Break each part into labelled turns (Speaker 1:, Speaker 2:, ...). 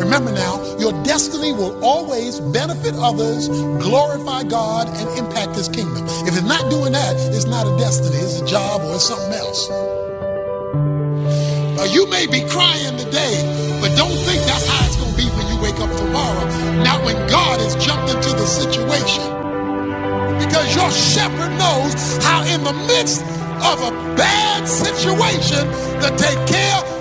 Speaker 1: Remember now, your destiny will always benefit others, glorify God, and impact His kingdom. If it's not doing that, it's not a destiny, it's a job or it's something else. Now, you may be crying today, but don't think that's how it's going to be when you wake up tomorrow, not when God has jumped into the situation. because your shepherd knows how in the midst of a bad situation to take care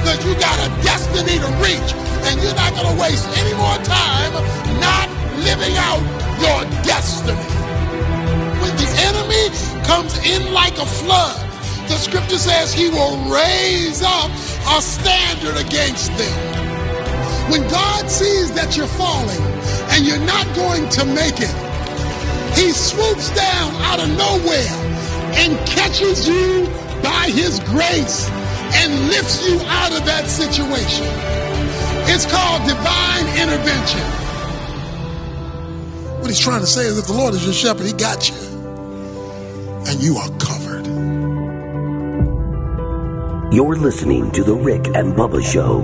Speaker 1: because you got a destiny to reach. And you're not going to waste any more time not living out your destiny. When the enemy comes in like a flood, the scripture says he will raise up a standard against them. When God sees that you're falling and you're not going to make it, he swoops down out of nowhere and catches you by his grace and lifts you out of that situation. It's called divine intervention. What he's trying to say is if the Lord is your shepherd, he got you and you are covered.
Speaker 2: You're listening to The Rick and Bubba Show.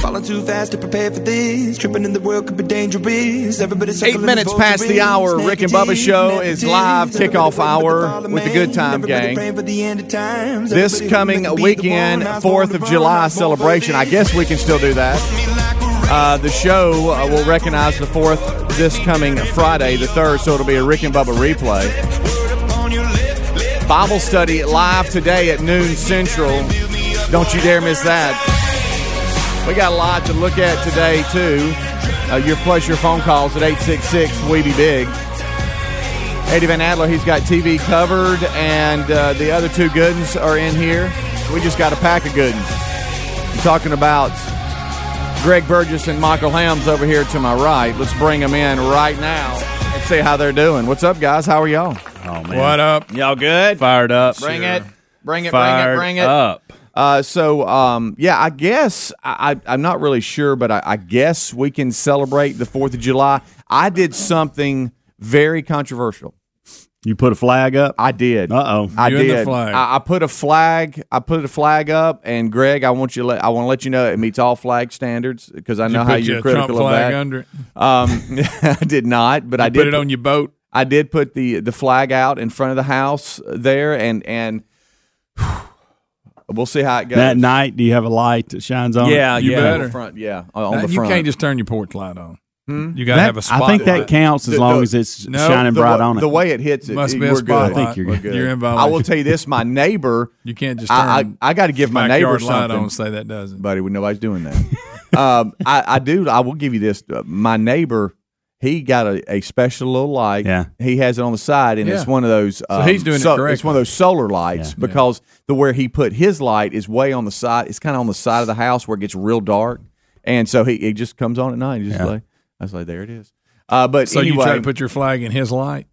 Speaker 3: Falling too fast to prepare for this. Tripping in the world could be dangerous. Everybody
Speaker 4: Eight minutes past the hour. Rick and Bubba show is live kickoff hour with the Good Time Gang. This coming weekend, 4th of July celebration. I guess we can still do that. Uh, the show uh, will recognize the 4th this coming Friday, the 3rd, so it'll be a Rick and Bubba replay. Bible study live today at noon central. Don't you dare miss that. We got a lot to look at today, too. Uh, your pleasure phone calls at 866 We Be Big. Eddie Van Adler, he's got TV covered, and uh, the other two goodens are in here. We just got a pack of goodens. I'm talking about Greg Burgess and Michael Hams over here to my right. Let's bring them in right now and see how they're doing. What's up, guys? How are y'all?
Speaker 5: Oh man.
Speaker 6: What up?
Speaker 5: Y'all good?
Speaker 6: Fired up.
Speaker 4: Bring it. Bring it,
Speaker 6: Fired
Speaker 4: bring it, bring it.
Speaker 6: up.
Speaker 4: Uh, so um, yeah, I guess I, I, I'm not really sure, but I, I guess we can celebrate the Fourth of July. I did something very controversial.
Speaker 5: You put a flag up?
Speaker 4: I did.
Speaker 5: Uh-oh.
Speaker 4: I
Speaker 6: You and the
Speaker 4: did.
Speaker 6: flag.
Speaker 4: I, I put a flag. I put a flag up, and Greg, I want you. To let, I want to let you know it meets all flag standards because I know
Speaker 6: you
Speaker 4: how
Speaker 6: put
Speaker 4: you're
Speaker 6: your
Speaker 4: critical
Speaker 6: Trump flag
Speaker 4: of that.
Speaker 6: under it.
Speaker 4: Um, I did not, but I
Speaker 6: Put
Speaker 4: did
Speaker 6: it
Speaker 4: put-
Speaker 6: on your boat.
Speaker 4: I did put the the flag out in front of the house there, and and we'll see how it goes.
Speaker 5: That night, do you have a light that shines on? it?
Speaker 4: yeah,
Speaker 6: You
Speaker 4: yeah,
Speaker 6: better.
Speaker 4: front, yeah, on
Speaker 6: Uh,
Speaker 4: the
Speaker 6: you
Speaker 4: front. Hmm?
Speaker 6: can't just turn your porch light on. You got to
Speaker 5: That-
Speaker 6: have a spotlight.
Speaker 5: I think that counts as
Speaker 4: The-
Speaker 5: long
Speaker 4: the-
Speaker 5: as it's
Speaker 6: No,
Speaker 5: shining
Speaker 4: the
Speaker 5: bright
Speaker 4: wa-
Speaker 5: on it.
Speaker 4: The way it hits it,
Speaker 6: Must
Speaker 4: it-
Speaker 6: be a
Speaker 4: we're good.
Speaker 6: spotlight.
Speaker 5: I think you're
Speaker 4: We're
Speaker 5: good.
Speaker 4: good.
Speaker 6: You're in
Speaker 4: I will
Speaker 6: violation.
Speaker 4: tell you this: my neighbor,
Speaker 6: You can't just turn
Speaker 4: I I, I got to give my neighbor
Speaker 6: backyard light
Speaker 4: something.
Speaker 6: on and say that doesn't.
Speaker 4: buddy. When nobody's doing that, um, I, I do. I will give you this. Uh, My neighbor, he got a, a special little light.
Speaker 5: Yeah.
Speaker 4: he has it on the side, and it's
Speaker 6: Yeah.
Speaker 4: one of those. um,
Speaker 6: he's doing it
Speaker 4: It's one of those solar lights because the where he put his light is way on the side. It's kind of on the side of the house where it gets real dark, and so he it just comes on at night. And just like I was like, there it is. Uh, but
Speaker 6: So
Speaker 4: anyway,
Speaker 6: you try to put your flag in his light.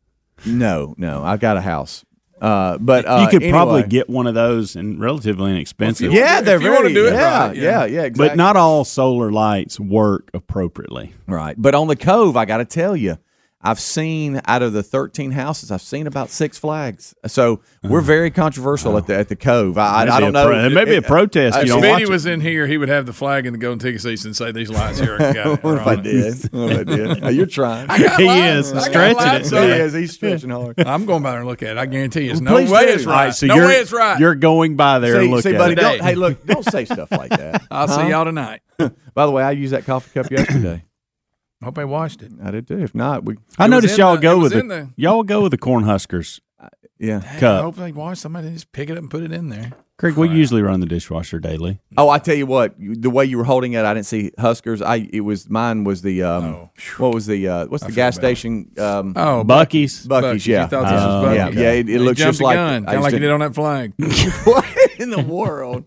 Speaker 4: no, no, I've got a house. Uh, but uh,
Speaker 5: you could probably
Speaker 4: anyway.
Speaker 5: get one of those and relatively inexpensive.
Speaker 4: Yeah, they're
Speaker 6: if you
Speaker 4: very.
Speaker 6: wanna do it
Speaker 4: yeah,
Speaker 6: right,
Speaker 4: yeah,
Speaker 6: yeah.
Speaker 4: yeah, Exactly.
Speaker 5: But not all solar lights work appropriately.
Speaker 4: Right. But on the cove, I got to tell you, I've seen out of the 13 houses, I've seen about six flags. So we're very controversial at the at the Cove. I, I, I don't know.
Speaker 5: It may be Uh-huh. a protest.
Speaker 4: Uh,
Speaker 5: you
Speaker 6: If
Speaker 5: don't watch
Speaker 6: Smitty
Speaker 5: it.
Speaker 6: was in here, he would have the flag and the golden ticket seats and say these lights here. I got it.
Speaker 4: what if I
Speaker 6: Right.
Speaker 4: did? What if I did? Oh, you're trying.
Speaker 5: He is
Speaker 6: got
Speaker 5: stretching
Speaker 6: lines
Speaker 5: it.
Speaker 4: So he is. He's stretching hard.
Speaker 6: I'm going by there and look at it. I guarantee you, it's no
Speaker 5: Well, please
Speaker 6: way
Speaker 5: do.
Speaker 6: it's
Speaker 5: All
Speaker 6: right.
Speaker 5: so
Speaker 6: no
Speaker 5: you're-
Speaker 6: way it's right.
Speaker 5: You're going by there and
Speaker 4: See,
Speaker 5: look
Speaker 4: see
Speaker 5: at
Speaker 4: buddy,
Speaker 5: it.
Speaker 4: don't, hey, look, don't say stuff like that.
Speaker 6: I'll see y'all tonight.
Speaker 4: By the way, I used that coffee cup yesterday.
Speaker 6: I hope they watched it.
Speaker 4: I did too. If not, we
Speaker 6: It
Speaker 5: I
Speaker 6: was
Speaker 5: noticed
Speaker 6: in
Speaker 5: y'all
Speaker 6: the- it
Speaker 5: go
Speaker 6: was
Speaker 5: with the,
Speaker 6: in the-
Speaker 5: y'all go with the Cornhuskers
Speaker 4: yeah.
Speaker 6: I
Speaker 5: cup.
Speaker 6: hope they watched. Somebody just pick it up and put it in there.
Speaker 5: Craig, we usually run the dishwasher daily.
Speaker 4: Oh, I tell you what, you- the way you were holding it, I didn't see Huskers. I it was mine was the um
Speaker 6: Oh.
Speaker 4: what was the uh what's the gas station um
Speaker 6: Oh,
Speaker 5: Bucky's.
Speaker 4: Bucky's, yeah.
Speaker 6: You thought this was
Speaker 5: Oh,
Speaker 6: Bucky's.
Speaker 4: yeah, yeah, it, it looks just like
Speaker 6: kind
Speaker 4: I
Speaker 6: of like
Speaker 4: just
Speaker 6: you did
Speaker 4: didn't-
Speaker 6: on that flag.
Speaker 4: what in the world.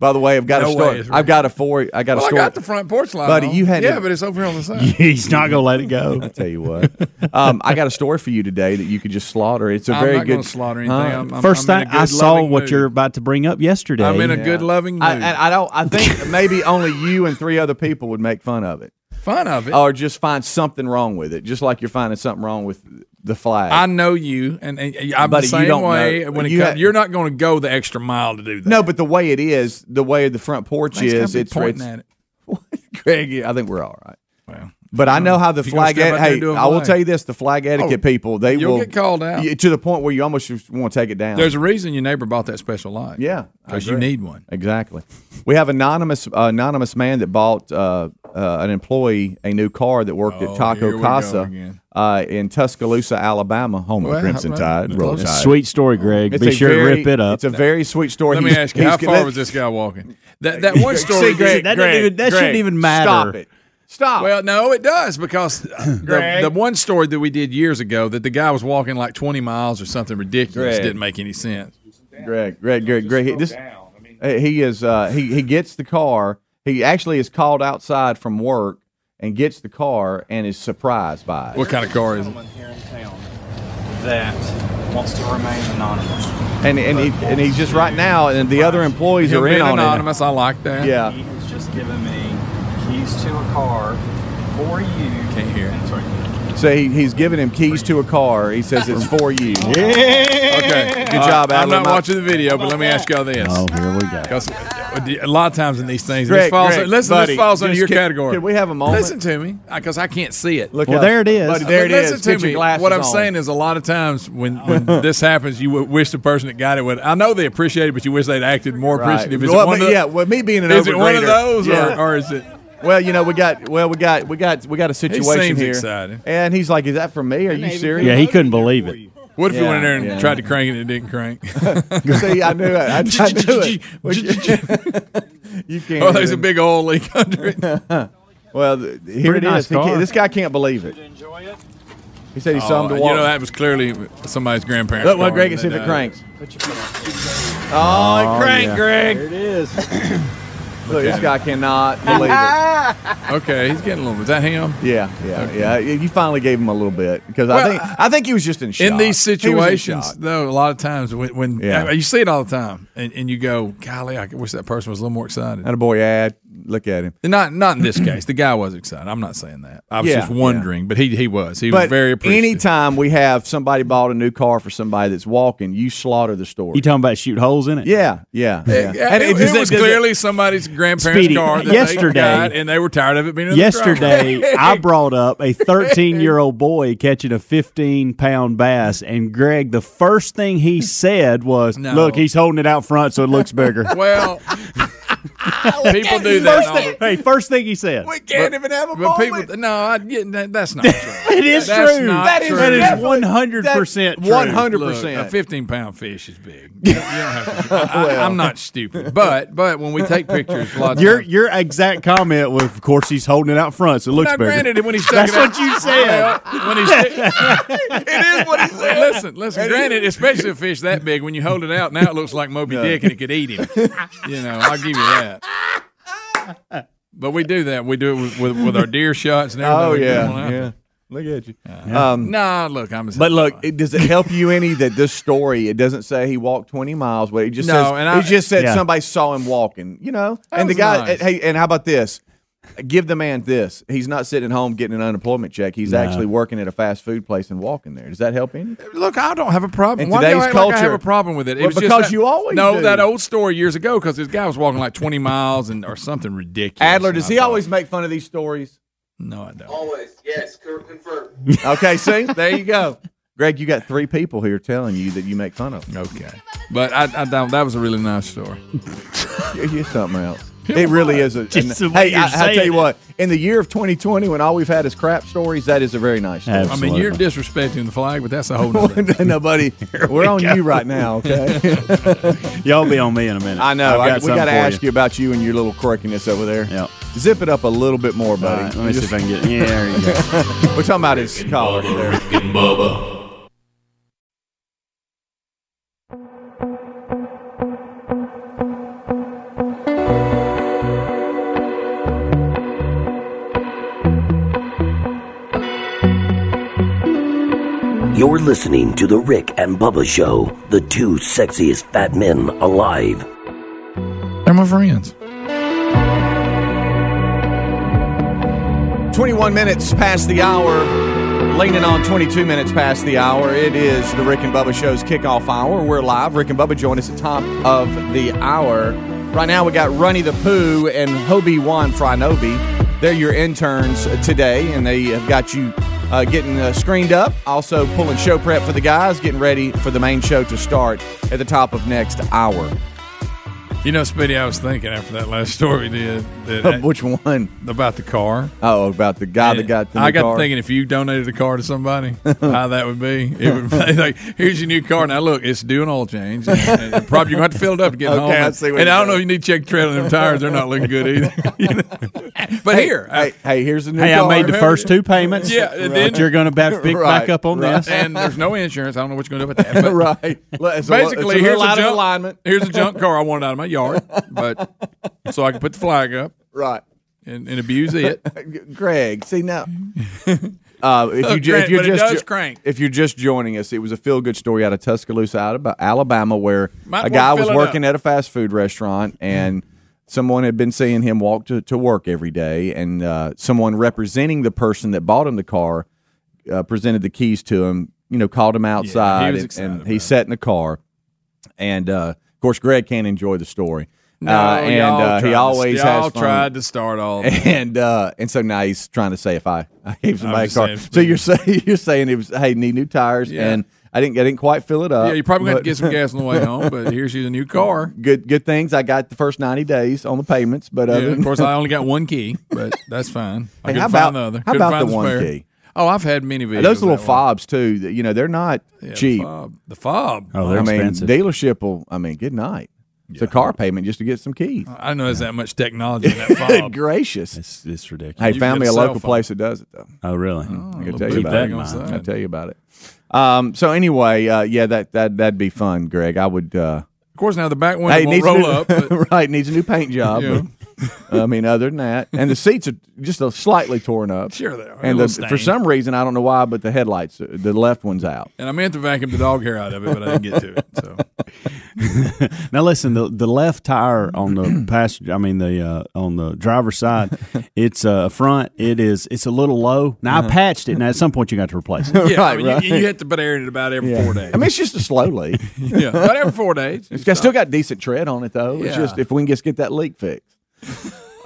Speaker 4: By the way, I've got
Speaker 6: No
Speaker 4: a
Speaker 6: way,
Speaker 4: story.
Speaker 6: it's
Speaker 4: I've got a four. I got
Speaker 6: Well,
Speaker 4: a
Speaker 6: I
Speaker 4: story.
Speaker 6: got the front porch light,
Speaker 4: Buddy,
Speaker 6: on.
Speaker 4: you had
Speaker 6: yeah,
Speaker 4: to-
Speaker 6: but it's over here on the side.
Speaker 5: He's not gonna let it
Speaker 4: I
Speaker 5: go.
Speaker 4: tell you what, um, I got a story for you today that you could just slaughter. It's a
Speaker 6: I'm
Speaker 4: very
Speaker 6: not gonna
Speaker 4: good
Speaker 6: slaughter anything.
Speaker 4: Huh?
Speaker 6: I'm, I'm,
Speaker 5: First
Speaker 6: I'm in
Speaker 5: thing
Speaker 6: a good
Speaker 5: I saw
Speaker 6: loving
Speaker 5: what
Speaker 6: mood.
Speaker 5: you're about to bring up yesterday. uh,
Speaker 6: I'm in a good loving mood.
Speaker 4: I, and I don't. I think maybe only you and three other people would make fun of it,
Speaker 6: Fun of it.
Speaker 4: or just find something wrong with it, just like you're finding something wrong with the flag.
Speaker 6: I know you, and, and I'm
Speaker 4: Buddy, you
Speaker 6: the same
Speaker 4: don't
Speaker 6: way
Speaker 4: know.
Speaker 6: when it
Speaker 4: You
Speaker 6: comes.
Speaker 4: ha-
Speaker 6: you're not going to go the extra mile to do that.
Speaker 4: no, but the way it is, the way the front porch
Speaker 6: Thanks,
Speaker 4: is,
Speaker 6: gotta be
Speaker 4: it's,
Speaker 6: pointing
Speaker 4: it's
Speaker 6: at it.
Speaker 4: Greg. I think we're all right.
Speaker 6: Well,
Speaker 4: But I know how the
Speaker 6: If you're gonna
Speaker 4: flag.
Speaker 6: step
Speaker 4: et-
Speaker 6: out there
Speaker 4: hey,
Speaker 6: and do a
Speaker 4: I will
Speaker 6: flag. Oh,
Speaker 4: tell you this: the flag etiquette people, they
Speaker 6: you'll
Speaker 4: will
Speaker 6: get called out.
Speaker 4: y- to the point where you almost just want to take it down.
Speaker 6: there's a reason your neighbor bought that special light.
Speaker 4: yeah, I
Speaker 6: because you
Speaker 4: agree.
Speaker 6: need one.
Speaker 4: Exactly. We have anonymous uh, anonymous man that bought uh, uh, an employee a new car that worked
Speaker 6: Oh,
Speaker 4: at
Speaker 6: here
Speaker 4: Taco
Speaker 6: we go
Speaker 4: Casa
Speaker 6: again.
Speaker 4: uh, in Tuscaloosa, Alabama, home
Speaker 6: Well,
Speaker 4: of Crimson
Speaker 6: right.
Speaker 4: Tide. Roll
Speaker 6: Close.
Speaker 4: Tide.
Speaker 5: Sweet story, Greg.
Speaker 4: It's
Speaker 5: Be
Speaker 4: a
Speaker 5: sure
Speaker 4: very-
Speaker 5: to rip it up.
Speaker 4: It's a very sweet story.
Speaker 6: Let me
Speaker 4: He's-
Speaker 6: ask you,
Speaker 4: he's-
Speaker 6: how far
Speaker 4: let-
Speaker 6: was this guy walking? That that one story.
Speaker 4: See, Greg,
Speaker 5: that doesn't
Speaker 6: Greg,
Speaker 5: even- that shouldn't
Speaker 6: Greg.
Speaker 5: even matter.
Speaker 4: Stop it! Stop.
Speaker 6: Well, no, it does because the, the one story that we did years ago that the guy was walking like 20 miles or something ridiculous
Speaker 4: Greg.
Speaker 6: didn't make any sense.
Speaker 4: Greg, Greg, Greg, Greg. he- This, uh, he is. Uh, he he gets the car. He actually is called outside from work and gets the car and is surprised by it.
Speaker 6: What kind of car is it?
Speaker 7: gentleman here in town that wants to remain anonymous.
Speaker 4: And and he, and he's just right now. And the other employees
Speaker 6: Him
Speaker 4: are in
Speaker 6: being
Speaker 4: on
Speaker 6: anonymous, I like that.
Speaker 4: it. Yeah.
Speaker 7: He has just given me keys to a car for you.
Speaker 6: Can't hear.
Speaker 7: I'm sorry.
Speaker 4: So he, he's giving him keys to a car. He says it's for you.
Speaker 6: Okay.
Speaker 4: Good job,
Speaker 6: I'm
Speaker 4: Adam.
Speaker 6: not watching the video, but let me ask y'all this.
Speaker 5: oh, here we go.
Speaker 6: 'Cause uh, a lot of times in these things,
Speaker 4: Greg,
Speaker 6: this falls.
Speaker 4: Greg,
Speaker 6: listen,
Speaker 4: buddy,
Speaker 6: this falls under
Speaker 4: just
Speaker 6: your
Speaker 4: can-
Speaker 6: category.
Speaker 4: can we have a moment?
Speaker 6: Listen to me, because I can't see it.
Speaker 4: Look
Speaker 5: Well,
Speaker 4: out.
Speaker 5: there it is.
Speaker 4: Buddy, there
Speaker 6: But
Speaker 4: it is.
Speaker 6: listen to
Speaker 4: Get your
Speaker 6: me.
Speaker 4: glasses
Speaker 6: What I'm
Speaker 4: on.
Speaker 6: saying is, a lot of times when, when this happens, you would wish the person that got it would. I know they appreciate it, but you wish they'd acted more
Speaker 4: Right.
Speaker 6: appreciative. Is
Speaker 4: Well,
Speaker 6: it one
Speaker 4: but
Speaker 6: of the-
Speaker 4: yeah, well, me being an
Speaker 6: is it one of
Speaker 4: overgrader-
Speaker 6: those,
Speaker 4: Yeah.
Speaker 6: or, or is it?
Speaker 4: Well, you know, we got well, we got we got we got a situation
Speaker 6: seems
Speaker 4: here,
Speaker 6: excited.
Speaker 4: and he's like, "Is that for me? Are you serious?"
Speaker 5: Yeah, he couldn't believe it.
Speaker 6: What if you
Speaker 4: Yeah,
Speaker 6: went in there and
Speaker 4: yeah.
Speaker 6: tried to crank it and it didn't crank?
Speaker 4: See, I knew it. I, I knew it. Well, you, you can't.
Speaker 6: oh, there's a
Speaker 4: even-
Speaker 6: big old leak under it.
Speaker 4: Well, th- here it
Speaker 5: Pretty nice
Speaker 4: is. He can't-
Speaker 5: car.
Speaker 4: this guy can't believe it.
Speaker 7: Did you enjoy it?
Speaker 4: He said he saw
Speaker 6: Oh,
Speaker 4: him to
Speaker 6: you
Speaker 4: walk.
Speaker 6: know that was clearly somebody's grandparents.
Speaker 4: Look, well,
Speaker 6: car
Speaker 4: Greg,
Speaker 6: when
Speaker 4: and see if
Speaker 6: they
Speaker 4: it
Speaker 6: died.
Speaker 4: cranks.
Speaker 7: Put your feet up.
Speaker 4: Oh, it cranked,
Speaker 5: yeah.
Speaker 4: Greg.
Speaker 7: There it is.
Speaker 4: Look, this guy cannot believe it.
Speaker 6: Okay, he's getting a little. Is that him?
Speaker 4: Yeah, yeah, yeah. You finally gave him a little bit because I
Speaker 6: Well,
Speaker 4: think I think he was just in shock.
Speaker 6: In these
Speaker 4: He was in
Speaker 6: situations,
Speaker 4: shock.
Speaker 6: though, a lot of times when, when
Speaker 4: Yeah.
Speaker 6: you see it all the time, and, and you go, "Golly, I wish that person was a little more excited."
Speaker 4: and a boy ad. Look at him.
Speaker 6: Not not in this case. The guy was excited. I'm not saying that. I was
Speaker 4: Yeah,
Speaker 6: just wondering, but he he was. He was
Speaker 4: But
Speaker 6: very appreciative.
Speaker 4: anytime we have somebody bought a new car for somebody that's walking, you slaughter the story.
Speaker 5: You talking about shoot holes in it?
Speaker 4: yeah, yeah, yeah.
Speaker 6: Yeah, it,
Speaker 4: does
Speaker 6: it was
Speaker 4: does
Speaker 6: eh, clearly somebody's grandparents'
Speaker 5: Speedy,
Speaker 6: car that
Speaker 5: yesterday-
Speaker 6: they got, and they were tired of it being in
Speaker 5: Yesterday,
Speaker 6: The
Speaker 5: I brought up a 13 year old boy catching a 15 pound bass, and Greg, the first thing he said was,
Speaker 6: No.
Speaker 5: Look, he's holding it out front so it looks bigger.
Speaker 6: driveway. well, people do that.
Speaker 5: first
Speaker 6: all the
Speaker 5: thing, hey, first thing he said.
Speaker 4: can't even have a
Speaker 6: But people, no, I, yeah, that, that's not true.
Speaker 5: It is
Speaker 6: That's
Speaker 5: true.
Speaker 6: not
Speaker 5: That is
Speaker 6: true.
Speaker 5: that is
Speaker 4: definitely-
Speaker 5: one hundred percent true.
Speaker 4: One hundred
Speaker 6: Look, a
Speaker 4: percent.
Speaker 6: fifteen pound fish is big. You don't have to, I, am not stupid, but but when we take pictures, a lot of
Speaker 5: Your
Speaker 6: times-
Speaker 5: your exact comment was, of course, he's holding it out front, so it looks
Speaker 6: now,
Speaker 5: bigger.
Speaker 6: granted, when he's
Speaker 5: That's what you said.
Speaker 6: when he's it is what he said. Listen, listen. Granted, especially a fish that big, when you hold it out, now it looks like Moby Dick and it could eat him. You know, I'll give you that. But we do that. We do it with with, with our deer shots and everything.
Speaker 4: Oh
Speaker 6: We get one
Speaker 4: yeah,
Speaker 6: out.
Speaker 4: yeah. Look at you. Um,
Speaker 6: Nah, look, I'm.
Speaker 4: but look, it, does it help you any that this story? It doesn't say he walked twenty miles, but it just
Speaker 6: No,
Speaker 4: says
Speaker 6: and I-
Speaker 4: it just said
Speaker 5: Yeah.
Speaker 4: somebody saw him walking. You know, and the
Speaker 6: was
Speaker 4: guy.
Speaker 6: nice.
Speaker 4: Hey, and how about this? give the man this. He's not sitting at home getting an unemployment check. He's actually working at a fast food place and walking there. Does that help any?
Speaker 6: Look, I don't have a problem.
Speaker 4: In
Speaker 6: Why do y'all
Speaker 4: today's
Speaker 6: act like I have
Speaker 4: culture-
Speaker 6: a problem with it? it
Speaker 4: Well,
Speaker 6: was just
Speaker 4: because
Speaker 6: that-
Speaker 4: you always
Speaker 6: no
Speaker 4: do.
Speaker 6: that old story years ago because this guy was walking like twenty miles and or something ridiculous.
Speaker 4: Adler,
Speaker 6: And
Speaker 4: does
Speaker 6: I
Speaker 4: he
Speaker 6: thought,
Speaker 4: always make fun of these stories?
Speaker 6: No, I don't.
Speaker 8: Always, yes, cor- confirmed.
Speaker 4: Okay, see, there you go. Greg, you got three people here telling you that you make fun of.
Speaker 6: Okay, but I, I don't. That was a really nice story.
Speaker 4: You're, you're something else. It really is a.
Speaker 5: Just the way
Speaker 4: hey,
Speaker 5: you're
Speaker 4: I, I tell
Speaker 5: saying
Speaker 4: you
Speaker 5: it.
Speaker 4: what. In the year of 2020, when all we've had is crap stories, that is a very nice story.
Speaker 6: I mean, you're
Speaker 5: Absolutely.
Speaker 6: disrespecting the flag, but that's a whole. Nother.
Speaker 4: Nobody, we're on you right now. Okay,
Speaker 5: Y'all be on me in a minute.
Speaker 4: I know.
Speaker 5: I've
Speaker 4: I- we
Speaker 5: something
Speaker 4: got to
Speaker 5: for
Speaker 4: ask you. about you and your little quirkiness over there.
Speaker 5: Yep.
Speaker 4: Zip it up a little bit more,
Speaker 5: All
Speaker 4: buddy.
Speaker 5: right, let me see if I can get. Yeah, there you go.
Speaker 4: We're talking about his collar there.
Speaker 2: You're listening to The Rick and Bubba Show, the two sexiest fat men alive.
Speaker 6: They're my friends.
Speaker 4: 21 minutes past the hour, leaning on 22 minutes past the hour. It is the Rick and Bubba Show's kickoff hour. We're live. Rick and Bubba join us at top of the hour. Right now, we got Runny the Pooh and Hobie Wan Franobi. They're your interns today, and they have got you uh, getting uh, screened up, also pulling show prep for the guys, getting ready for the main show to start at the top of next hour.
Speaker 6: You know, Speedy, I was thinking after that last story we did that
Speaker 4: Which one?
Speaker 6: about the car.
Speaker 4: Oh, about the guy that got the
Speaker 6: I
Speaker 4: new
Speaker 6: got
Speaker 4: car.
Speaker 6: to thinking if you donated a car to somebody, how that would be. It would be like, here's your new car. Now look, it's due an oil change. And, and probably you're gonna have to fill it up to get
Speaker 4: Okay,
Speaker 6: home.
Speaker 4: I
Speaker 6: And-
Speaker 4: see what
Speaker 6: and I
Speaker 4: you're
Speaker 6: don't know if you need to check the tread on them tires. They're not looking good either. You know? But here, I-
Speaker 4: Hey, hey, here's the new
Speaker 5: Hey,
Speaker 4: car.
Speaker 5: I made the first two payments.
Speaker 6: Yeah, and then-
Speaker 5: but you're going to have to pick
Speaker 4: Right,
Speaker 5: back up on
Speaker 4: right.
Speaker 5: this.
Speaker 6: and there's no insurance. I don't know what you're gonna do about that. But
Speaker 4: right. uh, Look, it's a little-
Speaker 6: basically,
Speaker 4: it's a
Speaker 6: here's
Speaker 4: little
Speaker 6: a
Speaker 4: out of
Speaker 6: junk,
Speaker 4: alignment.
Speaker 6: Here's a junk car I wanted out of my yard, but so I could put the flag up
Speaker 4: Right.
Speaker 6: and, and abuse it.
Speaker 4: Greg, see now. Uh, if, you,
Speaker 6: Look,
Speaker 4: ju-
Speaker 6: Grant,
Speaker 4: if you're
Speaker 6: Oh, but it
Speaker 4: just
Speaker 6: does
Speaker 4: ju-
Speaker 6: crank.
Speaker 4: if you're just joining us, it was a feel good story out of Tuscaloosa, Alab- Alabama, where
Speaker 6: Might
Speaker 4: a
Speaker 6: wanna
Speaker 4: guy
Speaker 6: fill
Speaker 4: was
Speaker 6: it
Speaker 4: working at a fast food restaurant, and someone had been seeing him walk to, to work every day, and uh, someone representing the person that bought him the car uh, presented the keys to him. You know, called him outside,
Speaker 6: was
Speaker 4: and,
Speaker 6: excited
Speaker 4: and
Speaker 6: about
Speaker 4: he
Speaker 6: it.
Speaker 4: sat in the car. And uh, of course, Greg can't enjoy the story. uh,
Speaker 6: No,
Speaker 4: and
Speaker 6: y'all
Speaker 4: uh,
Speaker 6: tried
Speaker 4: he
Speaker 6: to-
Speaker 4: always
Speaker 6: y'all
Speaker 4: has fun.
Speaker 6: tried to start all.
Speaker 4: and uh, and so now he's trying to say if I, I gave somebody a
Speaker 6: just
Speaker 4: car.
Speaker 6: saying,
Speaker 4: So you're saying you're saying it was hey need new tires
Speaker 6: Yeah.
Speaker 4: and I didn't I didn't quite fill it up.
Speaker 6: Yeah, you're probably going to
Speaker 4: but
Speaker 6: get some gas on the way home, but here's your new car.
Speaker 4: good good things. I got the first ninety days on the payments, but
Speaker 6: Yeah,
Speaker 4: other
Speaker 6: of
Speaker 4: than,
Speaker 6: course, I only got one key, but that's fine. I couldn't
Speaker 4: Hey, how about-
Speaker 6: find the other.
Speaker 4: how
Speaker 6: Couldn't
Speaker 4: about
Speaker 6: find
Speaker 4: the one
Speaker 6: spare.
Speaker 4: key?
Speaker 6: Oh, I've had many vehicles.
Speaker 4: those little
Speaker 6: that way.
Speaker 4: fobs too. that, You know they're not
Speaker 6: Yeah,
Speaker 4: cheap.
Speaker 6: The fob. The fob.
Speaker 5: oh,
Speaker 4: I
Speaker 5: they're
Speaker 4: mean
Speaker 5: expensive.
Speaker 4: dealership will. I mean good night. It's a car payment just to get some keys.
Speaker 6: I didn't know there's that much technology in that
Speaker 4: Good
Speaker 6: Uh, fob.
Speaker 4: gracious!
Speaker 5: it's, it's ridiculous.
Speaker 4: Hey,
Speaker 6: You
Speaker 4: found
Speaker 6: get
Speaker 4: me a
Speaker 6: a
Speaker 4: local
Speaker 6: cell phone.
Speaker 4: place that does it though.
Speaker 5: Oh, really?
Speaker 4: I can
Speaker 6: Little
Speaker 4: tell you
Speaker 6: big
Speaker 4: about it.
Speaker 6: thing on the
Speaker 4: I'll
Speaker 6: side.
Speaker 4: tell you about it. Um, so anyway, uh, yeah, that that that'd be fun, Greg. I would. Uh,
Speaker 6: Of course, now the back window
Speaker 4: Hey,
Speaker 6: won't
Speaker 4: needs
Speaker 6: roll
Speaker 4: a new,
Speaker 6: up. But
Speaker 4: right, needs a new paint job.
Speaker 6: Yeah.
Speaker 4: but, I mean, other than that, and the seats are just a slightly torn up.
Speaker 6: Sure they are. A
Speaker 4: And
Speaker 6: little
Speaker 4: the,
Speaker 6: stain.
Speaker 4: for some reason, I don't know why, but the headlights, uh, the left one's out.
Speaker 6: and I meant to vacuum the dog hair out of it, but I didn't get to it. So
Speaker 5: Now listen, the the left tire on the passenger, I mean the uh, on the driver's side, it's uh, front. It is it's a little low. Now I patched it. Now at some point you got to replace it.
Speaker 6: yeah,
Speaker 4: Uh-huh. Right,
Speaker 6: I mean, you-
Speaker 4: right.
Speaker 6: You, have to put air in it about every four days.
Speaker 4: I mean, it's just a slow leak.
Speaker 6: yeah, about every four days.
Speaker 4: It's got, still got decent tread on it though. It's
Speaker 6: Yeah.
Speaker 4: just if we can just get that leak fixed.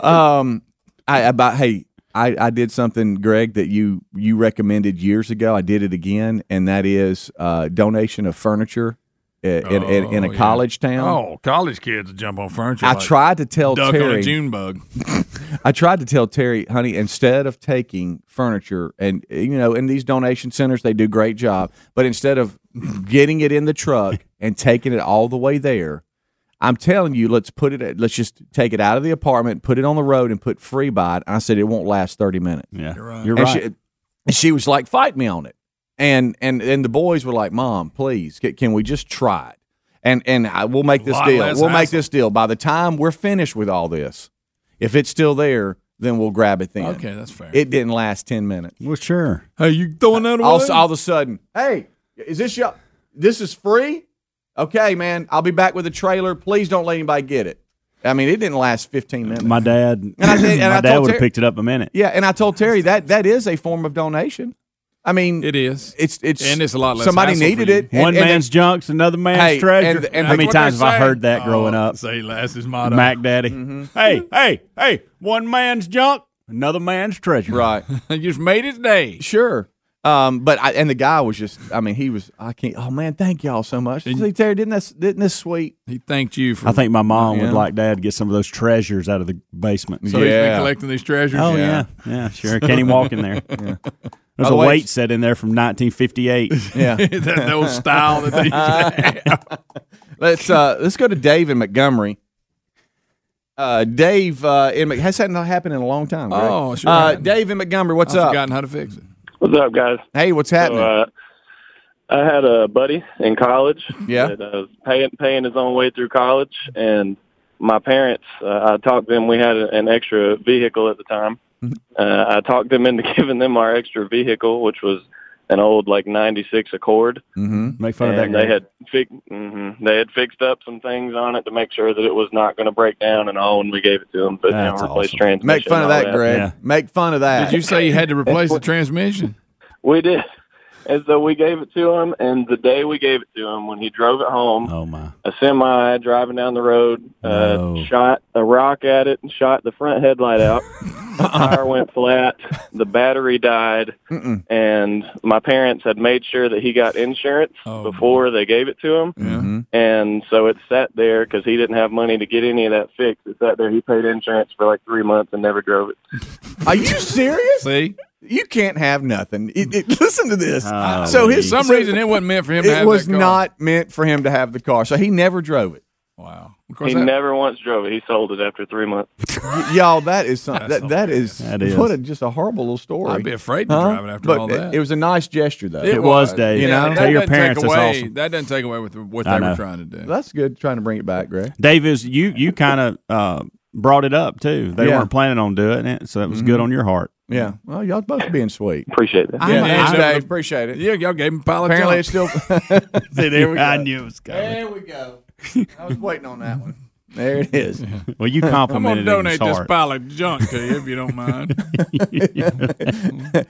Speaker 4: um, I about hey, I I did something, Greg, that you you recommended years ago. I did it again, and that is uh, donation of furniture in, in, in, in
Speaker 6: Oh,
Speaker 4: a
Speaker 6: yeah.
Speaker 4: college town.
Speaker 6: Oh, college kids jump on furniture.
Speaker 4: I
Speaker 6: like
Speaker 4: tried to tell
Speaker 6: Duck on
Speaker 4: Terry.
Speaker 6: a June bug.
Speaker 4: I tried to tell Terry, honey, instead of taking furniture and you know, in these donation centers, they do great job, but instead of getting it in the truck and taking it all the way there, I'm telling you, let's put it. at- Let's just take it out of the apartment, put it on the road, and put free by it. I said it won't last thirty minutes.
Speaker 5: Yeah,
Speaker 6: You're right.
Speaker 5: you're
Speaker 4: And
Speaker 5: right.
Speaker 4: she- and she, was like, "Fight me on it," and and and the boys were like, "Mom, please, ca- can we just try it?" And and I, we'll make this
Speaker 6: Lot
Speaker 4: deal.
Speaker 6: less
Speaker 4: We'll make
Speaker 6: hassle.
Speaker 4: this deal. By the time we're finished with all this, if it's still there, then we'll grab it then.
Speaker 6: Okay, that's fair.
Speaker 4: It didn't last ten minutes.
Speaker 5: well, sure.
Speaker 6: hey, you throwing that away?
Speaker 4: All, all of a sudden, hey, is this your? This is free. Okay, man. I'll be back with a trailer. Please don't let anybody get it. I mean, it didn't last 15 minutes.
Speaker 5: My dad, and
Speaker 4: I think- and
Speaker 5: my
Speaker 4: I
Speaker 5: dad
Speaker 4: told
Speaker 5: would have
Speaker 4: Ter-
Speaker 5: picked it up in a minute.
Speaker 4: yeah, and I told Terry that that is a form of donation. I mean,
Speaker 6: It is.
Speaker 4: It's it's
Speaker 6: And it's a lot less
Speaker 4: Somebody
Speaker 6: hassle for
Speaker 4: needed
Speaker 6: you.
Speaker 4: it.
Speaker 5: One
Speaker 4: and- and
Speaker 5: man's junk's another man's
Speaker 4: Hey,
Speaker 5: treasure.
Speaker 4: and- and
Speaker 5: How
Speaker 4: that's
Speaker 5: many
Speaker 4: what uh,
Speaker 5: times have
Speaker 6: they
Speaker 5: I
Speaker 6: say.
Speaker 5: heard that growing
Speaker 6: Oh,
Speaker 5: up?
Speaker 6: Say less is motto.
Speaker 5: Mac Daddy. Hey, hey, hey! One man's junk, another man's treasure.
Speaker 4: it- right.
Speaker 6: you just made his day.
Speaker 4: Sure. Um, but I, and the guy was just, I mean, he was, I can't, oh man, thank y'all so much. See, Terry, didn't this, didn't this sweet?
Speaker 6: He thanked you for.
Speaker 5: I think my mom
Speaker 4: Yeah.
Speaker 5: would like dad to get some of those treasures out of the basement.
Speaker 6: so he's
Speaker 4: Yeah.
Speaker 6: been collecting these treasures.
Speaker 5: Oh yeah. yeah, sure. Can't even walk in there. There's a
Speaker 4: Otherwise-
Speaker 5: weight set in there from 1958.
Speaker 4: Yeah.
Speaker 6: that, that old style that they used to have.
Speaker 4: let's, uh, let's go to Dave in Montgomery. Uh, Dave, uh, in, Mc- has that not happened in a long time? Greg?
Speaker 6: Oh, sure.
Speaker 4: Uh, Dave in Montgomery, what's
Speaker 6: I've
Speaker 4: up?
Speaker 6: forgotten how to fix it.
Speaker 9: What's up, guys?
Speaker 4: Hey, what's
Speaker 9: So,
Speaker 4: happening?
Speaker 9: uh, I had a buddy in college.
Speaker 4: Yeah.
Speaker 9: That uh, was paying paying his own way through college, and my parents. Uh, I talked them. We had a, an extra vehicle at the time.
Speaker 4: Mm-hmm.
Speaker 9: Uh, I talked them into giving them our extra vehicle, which was an old like '96 Accord,
Speaker 5: Make
Speaker 4: Oh,
Speaker 5: fun of that.
Speaker 9: and they
Speaker 5: guy.
Speaker 9: had fi- hmm they had fixed up some things on it to make sure that it was not going to break down and all when we gave it to them. But you know,
Speaker 5: That's
Speaker 9: replaced
Speaker 5: awesome.
Speaker 9: transmission.
Speaker 4: Make fun
Speaker 9: and
Speaker 4: of
Speaker 9: all
Speaker 4: that, Greg.
Speaker 5: Yeah.
Speaker 4: Make fun of that.
Speaker 6: Did you say you had to replace the transmission?
Speaker 9: We did. And so we gave it to him, and the day we gave it to him, when he drove it home,
Speaker 5: Oh my!
Speaker 9: a semi driving down the road uh,
Speaker 5: No.
Speaker 9: shot a rock at it and shot the front headlight out. the tire went flat. The battery died, and my parents had made sure that he got insurance
Speaker 6: Oh.
Speaker 9: before they gave it to him.
Speaker 5: Mm-hmm.
Speaker 9: And so it sat there because he didn't have money to get any of that fixed. It sat there. He paid insurance for like three months and never drove it.
Speaker 4: Are you serious?
Speaker 6: See,
Speaker 4: You can't have nothing. It, it, listen to this.
Speaker 5: Oh,
Speaker 4: so
Speaker 6: for
Speaker 4: his
Speaker 6: some
Speaker 4: so-
Speaker 6: reason it wasn't meant for him. to
Speaker 4: it
Speaker 6: have
Speaker 4: was
Speaker 6: that car.
Speaker 4: not meant for him to have the car, so he never drove it.
Speaker 6: Wow. Of
Speaker 9: He
Speaker 6: course, that-
Speaker 9: never once drove it. He sold it after three months.
Speaker 4: Y- y'all, that is something. That, that is
Speaker 5: That is.
Speaker 4: what a, just a horrible little story.
Speaker 6: I'd be afraid to
Speaker 4: Huh?
Speaker 6: drive it after
Speaker 4: but
Speaker 6: all
Speaker 4: it-
Speaker 6: that.
Speaker 4: It, was a nice gesture, though.
Speaker 5: It was, Dave.
Speaker 4: You know?
Speaker 6: that
Speaker 5: Tell
Speaker 6: doesn't
Speaker 5: your
Speaker 6: take
Speaker 5: parents that's
Speaker 6: away,
Speaker 5: awesome.
Speaker 6: That doesn't take away with what
Speaker 5: I
Speaker 6: they were
Speaker 5: know.
Speaker 6: trying to do.
Speaker 4: That's good. Trying to bring it back, Greg.
Speaker 5: Dave is you. You kind of uh, brought it up too. They
Speaker 4: Yeah.
Speaker 5: weren't planning on doing it, so it was good on your heart.
Speaker 4: Yeah. Well, y'all both being sweet.
Speaker 9: Appreciate that.
Speaker 4: Yeah,
Speaker 5: I-
Speaker 4: thanks,
Speaker 6: I-
Speaker 4: Dave. Appreciate it.
Speaker 6: Yeah, y'all gave him a pile of
Speaker 4: Apparently,
Speaker 6: junk.
Speaker 4: it's still.
Speaker 5: there we go. I knew it was coming.
Speaker 4: there we go. I was waiting on that one. There it is.
Speaker 5: Well, you
Speaker 6: I'm going to
Speaker 5: complimented him.
Speaker 6: donate
Speaker 5: It's
Speaker 6: this
Speaker 5: hard.
Speaker 6: pile of junk to you if you don't mind.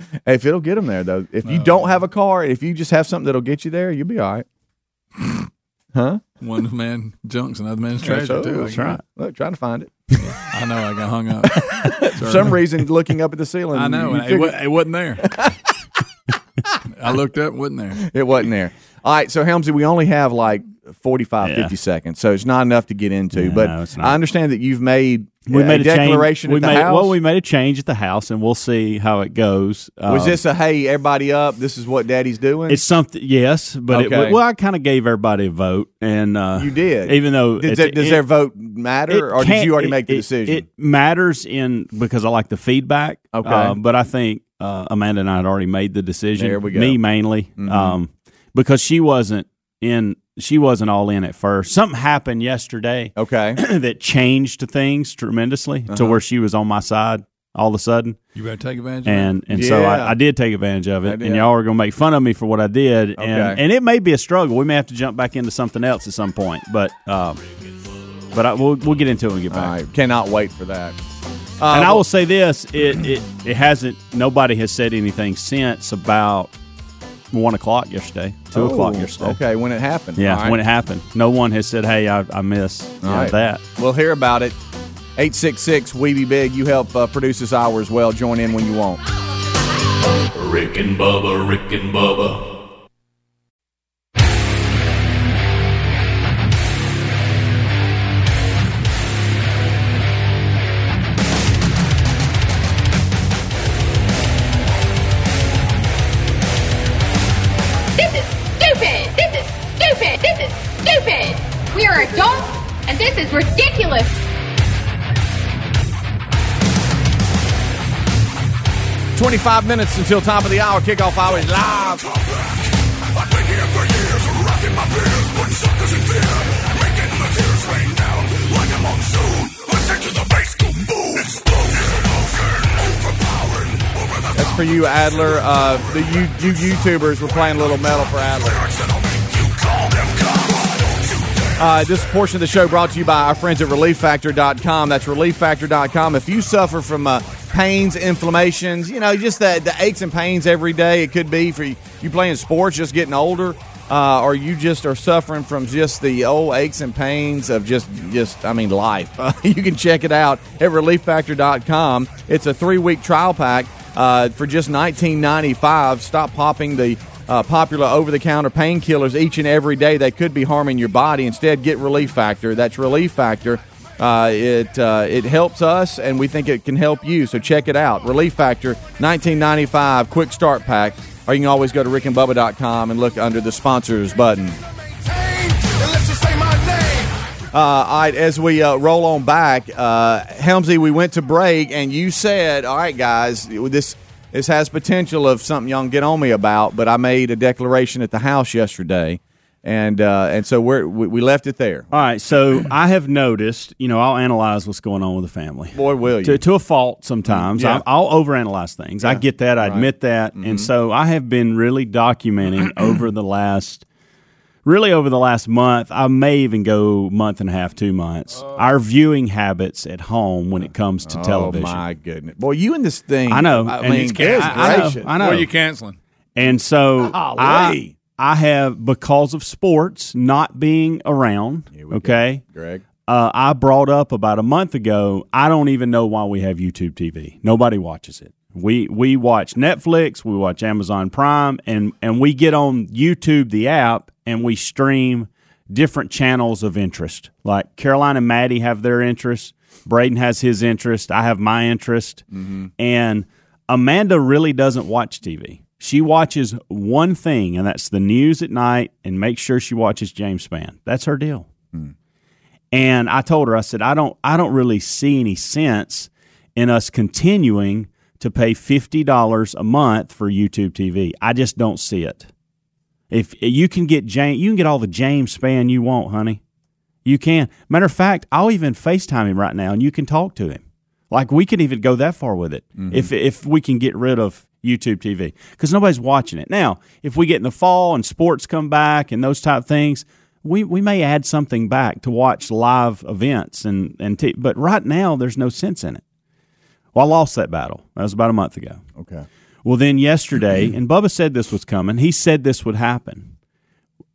Speaker 4: Hey, if it'll get them there though, if
Speaker 6: Uh,
Speaker 4: you don't have a car, if you just have something that'll get you there, you'll be all right.
Speaker 6: One man junk's another man's treasure,
Speaker 4: So,
Speaker 6: too. I
Speaker 4: that's
Speaker 6: guess.
Speaker 4: right. Look, trying to find it.
Speaker 6: I know I got hung up.
Speaker 4: For some reason, looking up at the ceiling,
Speaker 6: I know.
Speaker 4: you
Speaker 6: and it,
Speaker 4: figured-
Speaker 6: wa- it wasn't there. I looked up, wasn't there?
Speaker 4: It wasn't there. All right, so Helmsy, we only have like 45,
Speaker 5: Yeah.
Speaker 4: 50 seconds, so it's not enough to get into.
Speaker 5: Yeah,
Speaker 4: but
Speaker 5: no, it's not.
Speaker 4: I understand that you've made
Speaker 5: We
Speaker 4: a
Speaker 5: made a
Speaker 4: declaration
Speaker 5: Change. We
Speaker 4: at the
Speaker 5: made,
Speaker 4: house.
Speaker 5: Well, we made a change at the house, and we'll see how it goes.
Speaker 4: was
Speaker 5: Um,
Speaker 4: this a hey, everybody up? This is what Daddy's doing.
Speaker 5: It's something, yes, but it,
Speaker 4: Okay.
Speaker 5: well, I kind of gave everybody a vote, and uh,
Speaker 4: you did,
Speaker 5: even though
Speaker 4: Did
Speaker 5: it-
Speaker 4: that- does
Speaker 5: it-
Speaker 4: their vote
Speaker 5: it
Speaker 4: matter, or did
Speaker 5: can't-
Speaker 4: you already
Speaker 5: it-
Speaker 4: make the
Speaker 5: it-
Speaker 4: decision?
Speaker 5: It matters in because I like the feedback.
Speaker 4: Okay.
Speaker 5: uh, but I think uh, Amanda and I had already made the decision.
Speaker 4: There we go. Mm-hmm.
Speaker 5: Me mainly, um, because she wasn't in. She wasn't all in at first. Something happened yesterday
Speaker 4: okay,
Speaker 5: that changed things tremendously
Speaker 4: Uh-huh.
Speaker 5: to where she was on my side all of a sudden
Speaker 6: You better take advantage of
Speaker 5: and and so
Speaker 4: Yeah.
Speaker 5: I, I did take advantage of
Speaker 4: I
Speaker 5: it,
Speaker 4: did.
Speaker 5: and y'all are going to make fun of me for what I did, and
Speaker 4: Okay.
Speaker 5: and it may be a struggle. We may have to jump back into something else at some point, but um, but I, we'll we'll get into it when we get
Speaker 4: all
Speaker 5: back.
Speaker 4: right, cannot wait for that. Uh,
Speaker 5: And I will say this: it it it hasn't. Nobody has said anything since about one o'clock yesterday, two o'clock yesterday.
Speaker 4: Oh, Okay, when it happened.
Speaker 5: Yeah,
Speaker 4: All right.
Speaker 5: when it happened, no one has said, "Hey, I, I miss you
Speaker 4: All
Speaker 5: know,
Speaker 4: right.
Speaker 5: that."
Speaker 4: We'll hear about it. 866 We Be Big. You help uh, produce this hour as well. Join in when you want.
Speaker 10: Rick and Bubba, Rick and Bubba.
Speaker 11: This is stupid. This is stupid. This is stupid. We are adults, and this is ridiculous.
Speaker 4: Twenty-five minutes until top of the hour. Kickoff hour is live. That's for you, Adler. Uh, the you, you YouTubers were playing a little metal for Adler. Uh, this portion of the show brought to you by our friends at ReliefFactor.com. That's ReliefFactor.com. If you suffer from uh, pains, inflammations, you know, just that the aches and pains every day, it could be for you, you playing sports, just getting older, uh, or you just are suffering from just the old aches and pains of just, just I mean, life. Uh, you can check it out at ReliefFactor.com. It's a three-week trial pack uh, for just $19.95. Stop popping the uh, popular over the counter painkillers each and every day that could be harming your body. Instead, get Relief Factor. That's Relief Factor. Uh, it uh, it helps us, and we think it can help you. So check it out. Relief Factor, nineteen ninety five, quick start pack. Or you can always go to rickandbubba.com and look under the sponsors button. Uh, all right, as we uh, roll on back, uh, Helmsy, we went to break, and you said, "All right, guys, this this has potential of something y'all can get on me about." But I made a declaration at the house yesterday, and uh, and so we're, we we left it there.
Speaker 5: All right, so I have noticed, you know, I'll analyze what's going on with the family.
Speaker 4: Boy, will you?
Speaker 5: To, to a fault sometimes.
Speaker 4: Yeah. Mm-hmm.
Speaker 5: I, I'll overanalyze things. I get that. I admit that. And so I have been really documenting over the last, really over the last month, I may even go month and a half, two months, our viewing habits at home when it comes to television.
Speaker 4: Oh. Oh my goodness, boy, you and this thing.
Speaker 5: I know.
Speaker 4: I
Speaker 5: and
Speaker 4: mean,
Speaker 5: it's
Speaker 4: goodness
Speaker 5: I, I know,
Speaker 4: gracious.
Speaker 5: I know.
Speaker 6: Or you canceling.
Speaker 5: And so I,
Speaker 4: Golly.
Speaker 5: I have, because of sports not being around, okay,
Speaker 4: Greg.
Speaker 5: uh, I brought up about a month ago. I don't even know why we have YouTube TV. Nobody watches it. We we watch Netflix, we watch Amazon Prime, and and we get on YouTube the app and we stream different channels of interest. Like Caroline and Maddie have their interest. Braden has his interest. I have my interest. And Amanda really doesn't watch TV. She watches one thing, and that's the news at night, and make sure she watches James Spann. That's her deal. And I told her, I said, I don't, I don't really see any sense in us continuing to pay fifty dollars a month for YouTube TV. I just don't see it. If you can get James, you can get all the James span you want, honey. You can. Matter of fact, I'll even FaceTime him right now, and you can talk to him. Like we could even go that far with it if if we can get rid of YouTube TV because nobody's watching it now. If we get in the fall and sports come back and those type things, we we may add something back to watch live events and and t- but right now there's no sense in it. Well, I lost that battle. That was about a month ago.
Speaker 4: Okay.
Speaker 5: Well, then yesterday, and Bubba said this was coming. He said this would happen.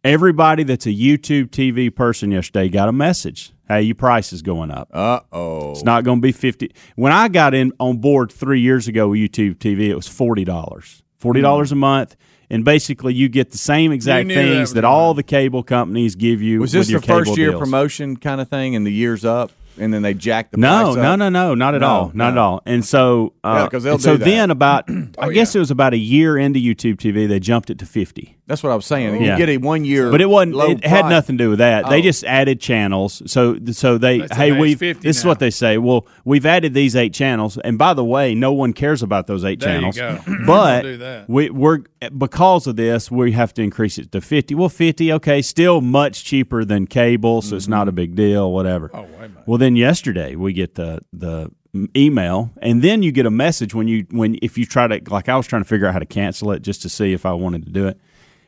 Speaker 5: Everybody that's a YouTube TV person yesterday got a message. Hey, your price is going up.
Speaker 4: Uh oh.
Speaker 5: It's not going to be fifty. When I got in on board three years ago with YouTube TV, it was forty dollars, forty
Speaker 4: Hmm.
Speaker 5: dollars a month, and basically you get the same exact
Speaker 6: knew that
Speaker 5: things
Speaker 6: was
Speaker 5: that all the cable companies give you.
Speaker 4: Was this
Speaker 5: with your
Speaker 4: the first
Speaker 5: cable
Speaker 4: year
Speaker 5: deals.
Speaker 4: promotion kind of thing, and the years up, and then they jacked the
Speaker 5: No,
Speaker 4: price up?
Speaker 5: no, no, no, not at
Speaker 4: No,
Speaker 5: all, not
Speaker 4: no.
Speaker 5: at all. And so,
Speaker 4: Yeah,
Speaker 5: uh,
Speaker 4: 'cause they'll
Speaker 5: and so
Speaker 4: do that. Oh,
Speaker 5: then about, I guess it was about a year into YouTube TV, they jumped it to fifty.
Speaker 4: That's what I was saying.
Speaker 5: Yeah.
Speaker 4: You get a one year,
Speaker 5: But it wasn't.
Speaker 4: low
Speaker 5: It had
Speaker 4: price.
Speaker 5: nothing to do with that.
Speaker 4: Oh.
Speaker 5: They just added channels. So so they
Speaker 6: That's
Speaker 5: hey
Speaker 6: amazing.
Speaker 5: we've this
Speaker 6: 50
Speaker 5: is
Speaker 6: now.
Speaker 5: what they say. Well, we've added these eight channels, and by the way, no one cares about those eight
Speaker 6: There you
Speaker 5: channels.
Speaker 6: go. Don't do
Speaker 5: But
Speaker 6: that.
Speaker 5: we, we're because of this, we have to increase it to fifty. Well, fifty, okay, still much cheaper than cable, so it's not a big deal. Whatever.
Speaker 6: Mm-hmm. Oh, wait a minute.
Speaker 5: Well, then yesterday we get the the email, and then you get a message when you when if you try to like I was trying to figure out how to cancel it just to see if I wanted to do it,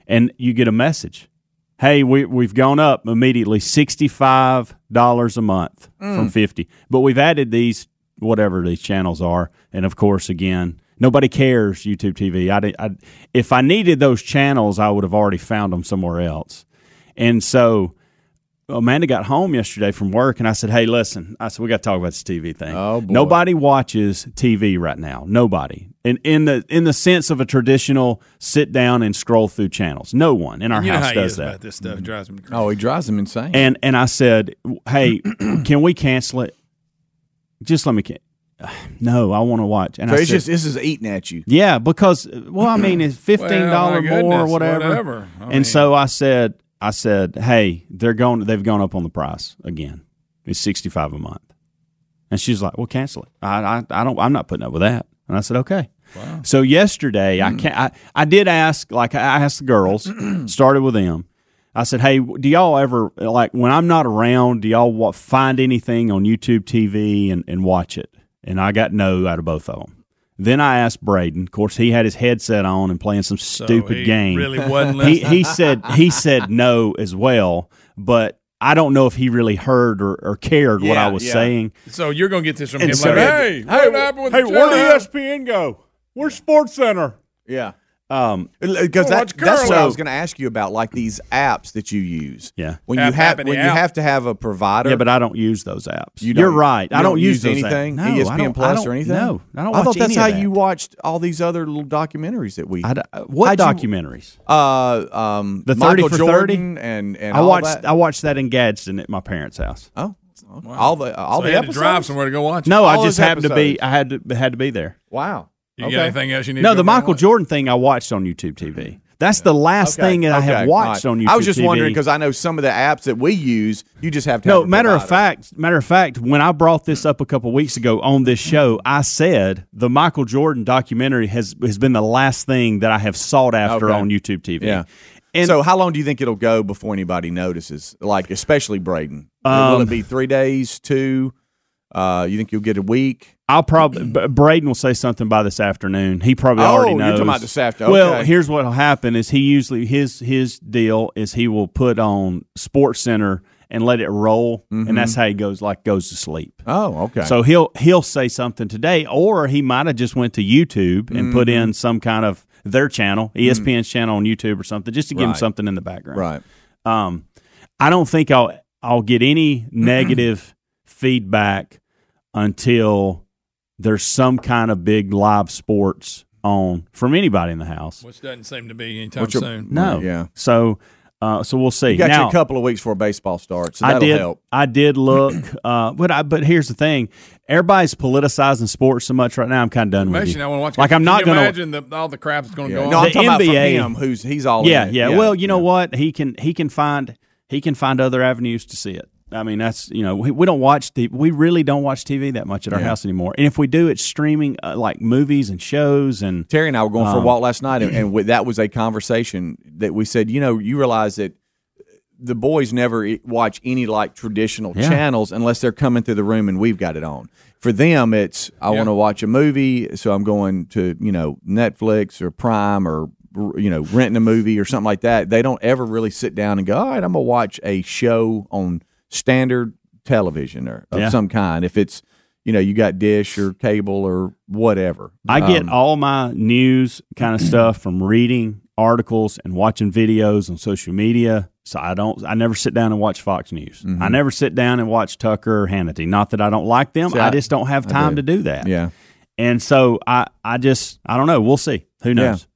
Speaker 5: and you get a message, hey, we we've gone up immediately sixty five dollars a month
Speaker 6: Mm.
Speaker 5: from fifty, but we've added these whatever these channels are, and of course again. Nobody cares YouTube TV. I, did- I if I needed those channels, I would have already found them somewhere else. And so Amanda got home yesterday from work, and I said, "Hey, listen, I said we got to talk about this TV thing.
Speaker 4: Oh, boy.
Speaker 5: Nobody watches TV right now. Nobody, in in the in the sense of a traditional sit down and scroll through channels. No one in our
Speaker 6: You know
Speaker 5: house
Speaker 6: how he
Speaker 5: does
Speaker 6: is
Speaker 5: that. Mm-hmm.
Speaker 6: about this stuff. Drives me crazy.
Speaker 4: Oh, it drives them insane.
Speaker 5: And and I said, "Hey, can we cancel it? Just let me. Can- no, I want to watch." And
Speaker 4: so
Speaker 5: I
Speaker 4: it's
Speaker 5: said,
Speaker 4: just this is eating at you.
Speaker 5: yeah, because well, I mean, it's fifteen
Speaker 6: Well,
Speaker 5: dollar
Speaker 6: my
Speaker 5: more or
Speaker 6: goodness,
Speaker 5: whatever.
Speaker 6: whatever. I
Speaker 5: and
Speaker 6: mean-
Speaker 5: so I said, I said, hey, they're going. They've gone up on the price again. It's sixty five a month. And she's like, well, cancel it. I, I, I don't. I'm not putting up with that. And I said, okay. Wow. So yesterday,
Speaker 6: Mm.
Speaker 5: I can I, I did ask. Like I asked the girls. started with them. I said, hey, do y'all ever like when I'm not around? Do y'all wa- find anything on YouTube TV and and watch it? And I got no out of both of them. Then I asked Braden. Of course, he had his headset on and playing some
Speaker 6: So
Speaker 5: stupid
Speaker 6: he
Speaker 5: game.
Speaker 6: Really wasn't
Speaker 5: he
Speaker 6: listening.
Speaker 5: he said he said no as well, but I don't know if he really heard or, or cared what
Speaker 6: Yeah,
Speaker 5: I was
Speaker 6: yeah.
Speaker 5: saying.
Speaker 6: So you're gonna get this from
Speaker 5: And
Speaker 6: him
Speaker 5: so-
Speaker 6: later.
Speaker 5: Hey, E
Speaker 6: what happened with the child?
Speaker 5: ESPN go? Where's Sports Center?
Speaker 4: Yeah.
Speaker 5: Um,
Speaker 4: because
Speaker 5: Well,
Speaker 4: that,
Speaker 5: it's
Speaker 4: that's what I
Speaker 5: current.
Speaker 4: was going to ask you about, like these apps that you use.
Speaker 5: Yeah.
Speaker 4: when you
Speaker 5: App,
Speaker 4: have
Speaker 5: app, and
Speaker 4: when you
Speaker 5: app.
Speaker 4: have to have a provider.
Speaker 5: Yeah, but I don't use those apps.
Speaker 4: You
Speaker 5: are
Speaker 4: don't-
Speaker 5: right.
Speaker 4: you
Speaker 5: I don't,
Speaker 4: don't
Speaker 5: use,
Speaker 4: use
Speaker 5: those apps.
Speaker 4: anything? E
Speaker 5: No, I
Speaker 4: ESPN
Speaker 5: don't-
Speaker 4: Plus
Speaker 5: I don't-
Speaker 4: or anything?
Speaker 5: No, I don't.
Speaker 4: I
Speaker 5: watch
Speaker 4: thought that's
Speaker 5: any of
Speaker 4: how
Speaker 5: that.
Speaker 4: you uh, watched all these other little documentaries that we.
Speaker 5: I d- uh, what
Speaker 4: How'd you-
Speaker 5: documentaries?
Speaker 4: uh, um,
Speaker 5: The thirty
Speaker 4: Michael
Speaker 5: for
Speaker 4: Jordan
Speaker 5: thirty
Speaker 4: and and
Speaker 5: I
Speaker 4: all
Speaker 5: watched.
Speaker 4: that.
Speaker 5: I watched that in Gadsden at my parents' house.
Speaker 4: Oh, all the all
Speaker 6: So
Speaker 4: the
Speaker 6: you had to
Speaker 4: episodes.
Speaker 6: drive somewhere to go watch. it.
Speaker 5: No,
Speaker 4: all
Speaker 5: I just
Speaker 4: those
Speaker 5: happened to be. I had to had to be there.
Speaker 4: Wow.
Speaker 6: You got anything else you need?
Speaker 5: No,
Speaker 6: to go
Speaker 5: the
Speaker 6: back and
Speaker 5: Michael
Speaker 6: watch?
Speaker 5: Jordan thing I watched on YouTube TV. That's the last
Speaker 4: Okay,
Speaker 5: thing that I
Speaker 4: okay,
Speaker 5: have watched
Speaker 4: all
Speaker 5: on
Speaker 4: right.
Speaker 5: YouTube.
Speaker 4: I was just
Speaker 5: TV.
Speaker 4: wondering because I know some of the apps that we use, you just have to.
Speaker 5: No,
Speaker 4: have a
Speaker 5: matter of
Speaker 4: provider.
Speaker 5: fact, matter of fact, when I brought this up a couple weeks ago on this show, I said the Michael Jordan documentary has has been the last thing that I have sought after
Speaker 4: Okay.
Speaker 5: on YouTube TV.
Speaker 4: Yeah.
Speaker 5: And-
Speaker 4: so, how long do you think it'll go before anybody notices? Like, especially Braden. Will it
Speaker 5: Um,
Speaker 4: be three days, two? Uh, you think you'll get a week?
Speaker 5: I'll probably B- Braden will say something by this afternoon. He probably
Speaker 4: Oh,
Speaker 5: already
Speaker 4: you're
Speaker 5: knows.
Speaker 4: talking about this after-
Speaker 5: Well,
Speaker 4: okay.
Speaker 5: here's what'll happen: is he usually his his deal is he will put on Sports Center and let it roll,
Speaker 4: Mhm.
Speaker 5: and that's how he goes like goes to sleep.
Speaker 4: Oh, okay.
Speaker 5: So he'll he'll say something today, or he might have just went to YouTube and put
Speaker 4: Mm-hmm.
Speaker 5: in some kind of their channel, E ESPN's channel on YouTube or something, just to give him
Speaker 4: Mm. Right.
Speaker 5: something in the background.
Speaker 4: right.
Speaker 5: Um, I don't think I'll I'll get any negative feedback until there's some kind of big live sports on from anybody in the house.
Speaker 6: which doesn't seem to be anytime
Speaker 4: What's your-
Speaker 6: soon.
Speaker 5: No,
Speaker 4: Yeah.
Speaker 5: So, uh, so we'll see.
Speaker 4: You got
Speaker 5: now,
Speaker 4: you a couple of weeks before baseball starts. So
Speaker 5: I
Speaker 4: that'll
Speaker 5: did.
Speaker 4: help.
Speaker 5: I did look, uh, but I, but here's the thing: everybody's politicizing sports so much right now. I'm kind of done with
Speaker 6: Imagine
Speaker 5: you.
Speaker 6: I want to watch.
Speaker 5: Like I'm
Speaker 6: Can
Speaker 5: not
Speaker 6: you
Speaker 5: going to.
Speaker 6: imagine the, all the crap that's going to
Speaker 4: Yeah.
Speaker 6: go
Speaker 4: No,
Speaker 6: on.
Speaker 4: I'm
Speaker 5: The
Speaker 4: talking about from
Speaker 5: NBA
Speaker 4: him, who's he's all.
Speaker 5: Yeah,
Speaker 4: in it.
Speaker 5: yeah, Well, you know what? He can he can find he can find other avenues to see it. I mean, that's you know we, we don't watch the we really don't watch TV that much at our
Speaker 4: Yeah.
Speaker 5: house anymore. And if we do, it's streaming uh, like movies and shows and
Speaker 4: Terry and I were going for a
Speaker 5: Um,
Speaker 4: walk last night, and, and we, that was a conversation that we said, you know, you realize that the boys never e- watch any like traditional
Speaker 5: Yeah.
Speaker 4: channels unless they're coming through the room and we've got it on. For them, it's I
Speaker 6: Yeah.
Speaker 4: want to watch a movie, so I'm going to you know Netflix or Prime or r- you know renting a movie or something like that. They don't ever really sit down and go, all right, I'm gonna watch a show on standard television or of
Speaker 5: Yeah.
Speaker 4: some kind. If it's you know you got dish or cable or whatever.
Speaker 5: I get
Speaker 4: Um,
Speaker 5: all my news kind of stuff from reading articles and watching videos on social media. So I don't. I never sit down and watch Fox News.
Speaker 4: Mm-hmm.
Speaker 5: I never sit down and watch Tucker or Hannity. Not that I don't like them.
Speaker 4: See,
Speaker 5: I,
Speaker 4: I-
Speaker 5: just don't have time to
Speaker 4: do.
Speaker 5: do that.
Speaker 4: yeah.
Speaker 5: And so I, I just, I don't know. We'll see. Who knows?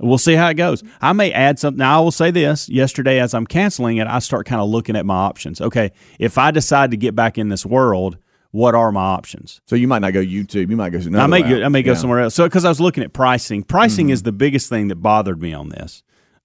Speaker 5: We'll see how it goes. I may add something. Now, I will say this yesterday as I'm canceling it, I start kind of looking at my options. Okay. If I decide to get back in this world, what are my options?
Speaker 4: So you might not go YouTube. You might go.
Speaker 5: I
Speaker 4: another
Speaker 5: may,
Speaker 4: route.
Speaker 5: go, I may go
Speaker 4: Yeah.
Speaker 5: somewhere else. So, because I was looking at pricing, pricing
Speaker 6: Mm-hmm.
Speaker 5: is the biggest thing that bothered me on this.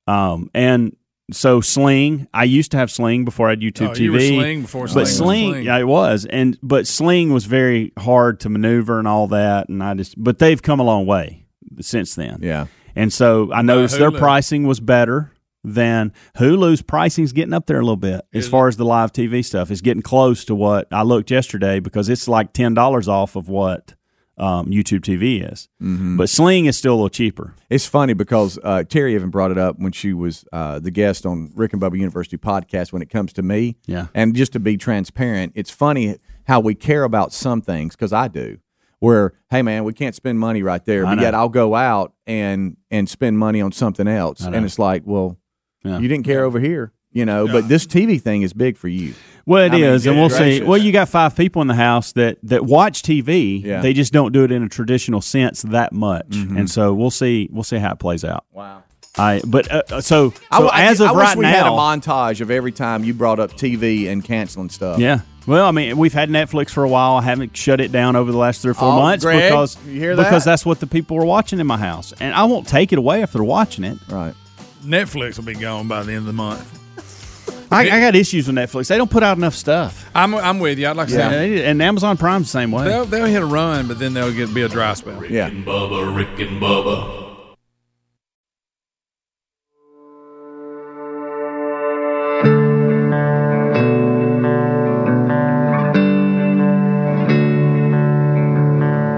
Speaker 5: Um, and so Sling, I used to have Sling before I had YouTube
Speaker 6: Oh,
Speaker 5: TV.
Speaker 6: you were Sling before Sling
Speaker 5: but
Speaker 6: was
Speaker 5: Sling,
Speaker 6: Sling.
Speaker 5: yeah, it was, and but Sling was very hard to maneuver and all that, and I just, but they've come a long way since then.
Speaker 4: Yeah.
Speaker 5: And so I noticed their
Speaker 6: Hulu.
Speaker 5: pricing was better than Hulu's pricing's getting up there a little bit as far as the live TV stuff. It's getting close to what I looked yesterday because it's like ten dollars off of what um, YouTube TV is.
Speaker 4: Mm-hmm.
Speaker 5: But Sling is still a little cheaper.
Speaker 4: It's funny because uh, Terry even brought it up when she was uh, the guest on Rick and Bubba University podcast. When it comes to me,
Speaker 5: Yeah.
Speaker 4: and just to be transparent, it's funny how we care about some things because I do. Where hey man, we can't spend money right there,
Speaker 5: I
Speaker 4: but
Speaker 5: know.
Speaker 4: yet I'll go out and and spend money on something else,
Speaker 5: know.
Speaker 4: and it's like, well,
Speaker 5: Yeah.
Speaker 4: you didn't care over here, you know. But this TV thing is big for you.
Speaker 5: Well, it
Speaker 4: I
Speaker 5: is,
Speaker 4: mean,
Speaker 5: and we'll
Speaker 4: good
Speaker 5: see.
Speaker 4: gracious.
Speaker 5: Well, you got five people in the house that that watch TV.
Speaker 4: Yeah. Mm-hmm.
Speaker 5: They just don't do it in a traditional sense that much, and so we'll see. We'll see how it plays out.
Speaker 4: Wow.
Speaker 5: I but uh, uh, so, so
Speaker 4: I,
Speaker 5: as
Speaker 4: I,
Speaker 5: of
Speaker 4: I
Speaker 5: right
Speaker 4: wish we
Speaker 5: now,
Speaker 4: had a montage of every time you brought up TV and canceling stuff.
Speaker 5: Yeah. Well, I mean, we've had Netflix for a while. I haven't shut it down over the last three or four
Speaker 4: Oh,
Speaker 5: months
Speaker 4: Greg,
Speaker 5: because
Speaker 4: you hear that?
Speaker 5: because that's what the people were watching in my house, and I won't take it away if they're watching it.
Speaker 4: Right.
Speaker 6: Netflix will be gone by the end of the month.
Speaker 5: I, I got issues with Netflix; they don't put out enough stuff.
Speaker 6: I'm I'm with you. I'd like to
Speaker 5: Yeah.
Speaker 6: say
Speaker 5: And, and Amazon Prime's the same way.
Speaker 6: they'll they'll hit a run, but then they'll get be a dry spell.
Speaker 4: Yeah.
Speaker 10: and Bubba, Rick and Bubba.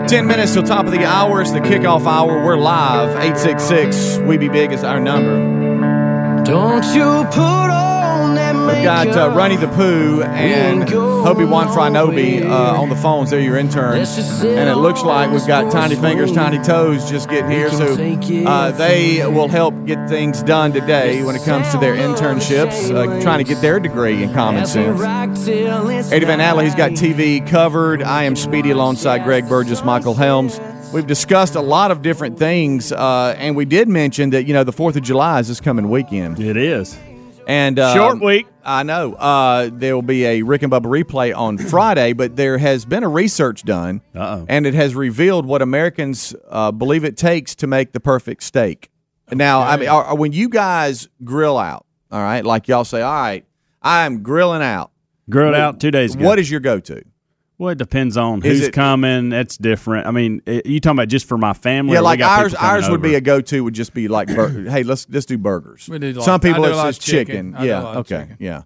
Speaker 4: Ten minutes till top of the hour. It's the kickoff hour. We're live. Eight six six. We be big is our number.
Speaker 3: Don't you put on that
Speaker 4: got uh, Runny the Poo and Hobie Wan Franobi uh, on the phones. They're your interns. And it looks like we've got Tiny Fingers, Tiny Toes just getting here. So uh, they will help get things done today when it comes to their internships, uh, trying to get their degree in common sense. Eddie Van Adler, he's got TV covered. I am Speedy alongside Greg Burgess, Michael Helms. We've discussed a lot of different things, uh, and we did mention that you know the Fourth of July is this coming weekend.
Speaker 5: It is,
Speaker 4: and um,
Speaker 5: Short week.
Speaker 4: I know. Uh, there will be a Rick and Bubba replay on Friday, but there has been a research done,
Speaker 5: Uh-oh.
Speaker 4: and it has revealed what Americans uh, believe it takes to make the perfect steak. Now, I mean, are, are- when you guys grill out, all right, like y'all say, all right, I am grilling out.
Speaker 5: Grilled out two days ago.
Speaker 4: What is your go-to?
Speaker 5: Well, it depends on
Speaker 4: Is
Speaker 5: who's
Speaker 4: it-
Speaker 5: coming. That's different. I mean, it, you talking about just for my family?
Speaker 4: Yeah,
Speaker 5: or we
Speaker 4: like
Speaker 5: got
Speaker 4: ours.
Speaker 5: people coming
Speaker 4: Ours would
Speaker 5: over?
Speaker 4: be a go-to. Would just be like, bur- hey, let's let's do burgers.
Speaker 6: We do like-
Speaker 4: Some people
Speaker 6: I do a
Speaker 4: it's
Speaker 6: lot of
Speaker 4: just chicken.
Speaker 6: chicken. I do a
Speaker 4: Yeah.
Speaker 6: lot of
Speaker 4: Okay.
Speaker 6: chicken.
Speaker 4: Yeah.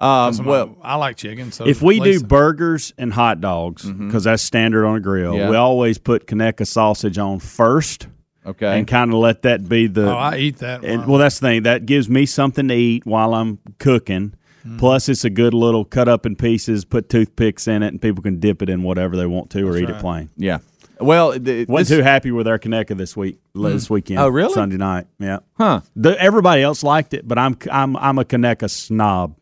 Speaker 4: Um, well,
Speaker 6: I like chicken. So
Speaker 5: if we do
Speaker 6: Lisa-
Speaker 5: burgers and hot dogs because that's standard on a grill,
Speaker 4: Mm-hmm. Yeah.
Speaker 5: we always put Kaneka sausage on first
Speaker 4: okay.
Speaker 5: and kind of let that be the.
Speaker 6: oh, I eat that.
Speaker 5: and,
Speaker 6: one.
Speaker 5: well, that's the thing that gives me something to eat while I'm cooking.
Speaker 6: Mm-hmm.
Speaker 5: Plus, it's a good little cut up in pieces, put toothpicks in it, and people can dip it in whatever they want to or eat it plain.
Speaker 4: yeah. Well, th-
Speaker 5: Wasn't
Speaker 4: this-
Speaker 5: too happy with our Kaneka this week, this weekend.
Speaker 4: Oh, really?
Speaker 5: Sunday night, yeah.
Speaker 4: Huh.
Speaker 5: The, everybody else liked it, but I'm I'm I'm a Kaneka snob.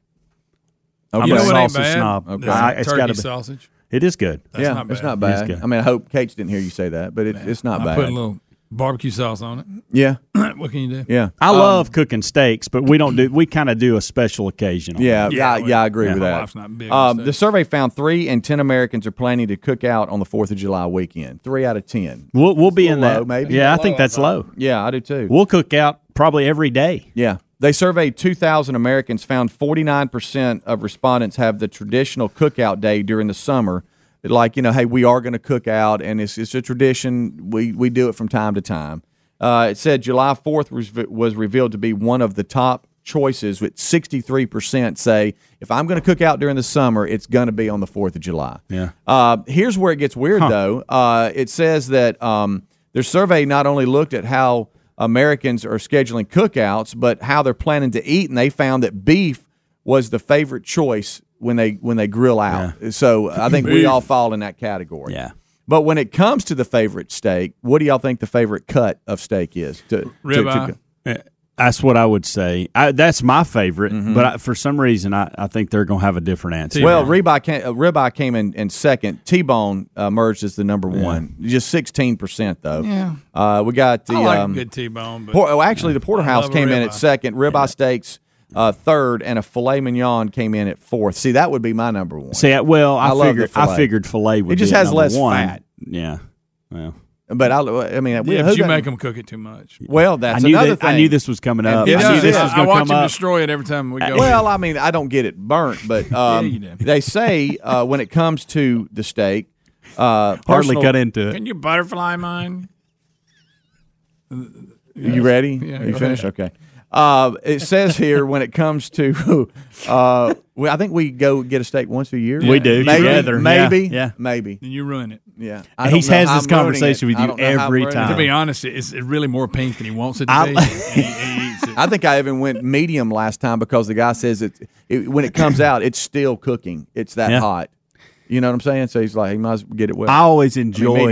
Speaker 4: Okay.
Speaker 5: I'm
Speaker 6: you know
Speaker 5: a
Speaker 6: what ain't
Speaker 5: sausage
Speaker 6: bad?
Speaker 5: snob.
Speaker 6: This
Speaker 5: Okay. I-
Speaker 6: turkey
Speaker 5: it's gotta be-
Speaker 6: sausage.
Speaker 5: It is good.
Speaker 6: That's
Speaker 4: yeah,
Speaker 6: not bad.
Speaker 4: it's not bad.
Speaker 5: It's good.
Speaker 4: I mean, I hope Cage didn't hear you say that, but it, it's not
Speaker 6: I
Speaker 4: bad.
Speaker 6: put a little barbecue sauce on it.
Speaker 4: yeah,
Speaker 6: what can you do?
Speaker 4: yeah,
Speaker 5: I love cooking steaks, but we don't do we kind of do a special occasion. on
Speaker 4: yeah,
Speaker 5: it.
Speaker 4: yeah,
Speaker 6: well,
Speaker 4: yeah. I agree
Speaker 5: yeah.
Speaker 4: with
Speaker 5: My
Speaker 4: that.
Speaker 6: wife's not big on
Speaker 4: um, the
Speaker 6: steak.
Speaker 4: survey found three in ten Americans are planning to cook out on the Fourth of July weekend. Three out of ten.
Speaker 5: we'll we'll be
Speaker 4: It's a
Speaker 5: in
Speaker 4: little
Speaker 5: that.
Speaker 4: low, maybe.
Speaker 5: Yeah, I think that's low.
Speaker 4: Yeah, I do too.
Speaker 5: We'll cook out probably every day.
Speaker 4: Yeah. They surveyed 2,000 Americans, found 49% of respondents have the traditional cookout day during the summer. Like, you know, hey, we are going to cook out, and it's, it's a tradition. We, we do it from time to time. Uh, it said July 4th was, was revealed to be one of the top choices, with 63% say, if I'm going to cook out during the summer, it's going to be on the 4th of July.
Speaker 5: Yeah.
Speaker 4: Uh, here's where it gets weird, though. Uh, it says that um, their survey not only looked at how Americans are scheduling cookouts, but how they're planning to eat, and they found that beef was the favorite choice when they when they grill out. So I think we all fall in that category.
Speaker 5: Yeah.
Speaker 4: But when it comes to the favorite steak, what do y'all think the favorite cut of steak is? To, to-
Speaker 6: Ribeye.
Speaker 4: to-
Speaker 5: That's what I would say. I, that's my favorite, but I, for some reason, I, I think they're going to have a different answer.
Speaker 4: Mm-hmm. well, ribeye came, uh, ribeye came in, in second. T-bone uh, emerged as the number one, just sixteen percent though. Yeah, uh, we got the
Speaker 6: I like
Speaker 4: um,
Speaker 6: a good T-bone, but
Speaker 4: Por- oh, actually, the porterhouse
Speaker 6: love a
Speaker 4: came in
Speaker 6: ribeye.
Speaker 4: at second. Ribeye steaks uh, third, and a filet mignon came in at fourth. See, that would be my number one.
Speaker 5: See, I- well, I,
Speaker 4: I love the
Speaker 5: figured I
Speaker 4: filet.
Speaker 5: figured fillet would.
Speaker 4: It just
Speaker 5: be at
Speaker 4: has
Speaker 5: number
Speaker 4: less
Speaker 5: one.
Speaker 4: fat.
Speaker 5: Yeah. Well,
Speaker 4: but I, I mean, we,
Speaker 6: yeah,
Speaker 4: who
Speaker 6: but you
Speaker 4: got-
Speaker 6: make them cook it too much.
Speaker 4: Well, that's
Speaker 5: I knew
Speaker 4: another
Speaker 5: that,
Speaker 4: thing.
Speaker 5: I knew this was coming up.
Speaker 4: It
Speaker 5: I knew
Speaker 4: does.
Speaker 5: this
Speaker 4: Yeah,
Speaker 5: was
Speaker 6: I
Speaker 5: going to
Speaker 6: watch
Speaker 5: come
Speaker 6: them
Speaker 5: up.
Speaker 6: destroy it every time we go.
Speaker 4: Well, I mean, I don't get it burnt, but um,
Speaker 6: you do.
Speaker 4: they say uh, when it comes to the steak, uh,
Speaker 5: Hardly
Speaker 4: personal-
Speaker 5: cut into it.
Speaker 6: can you butterfly mine?
Speaker 4: You ready?
Speaker 6: Yeah,
Speaker 4: Are you
Speaker 6: go
Speaker 4: finished? Okay. Uh, it says here when it comes to, uh, we, I think we go get a steak once a year.
Speaker 5: We do,
Speaker 4: Maybe,
Speaker 5: together.
Speaker 4: Maybe.
Speaker 5: Yeah, yeah.
Speaker 4: Maybe.
Speaker 6: Then you ruin it.
Speaker 4: Yeah.
Speaker 5: He has this conversation with you every
Speaker 6: To
Speaker 4: Uh,
Speaker 5: time.
Speaker 6: be honest, it- it's really more pink than he wants it to
Speaker 4: I-
Speaker 6: be. He- he eats it.
Speaker 4: I think I even went medium last time because the guy says it, it when it comes out, it's still cooking. It's that
Speaker 5: Yeah.
Speaker 4: hot. You know what I'm saying? So he's like, he might as well get it well.
Speaker 5: I always enjoy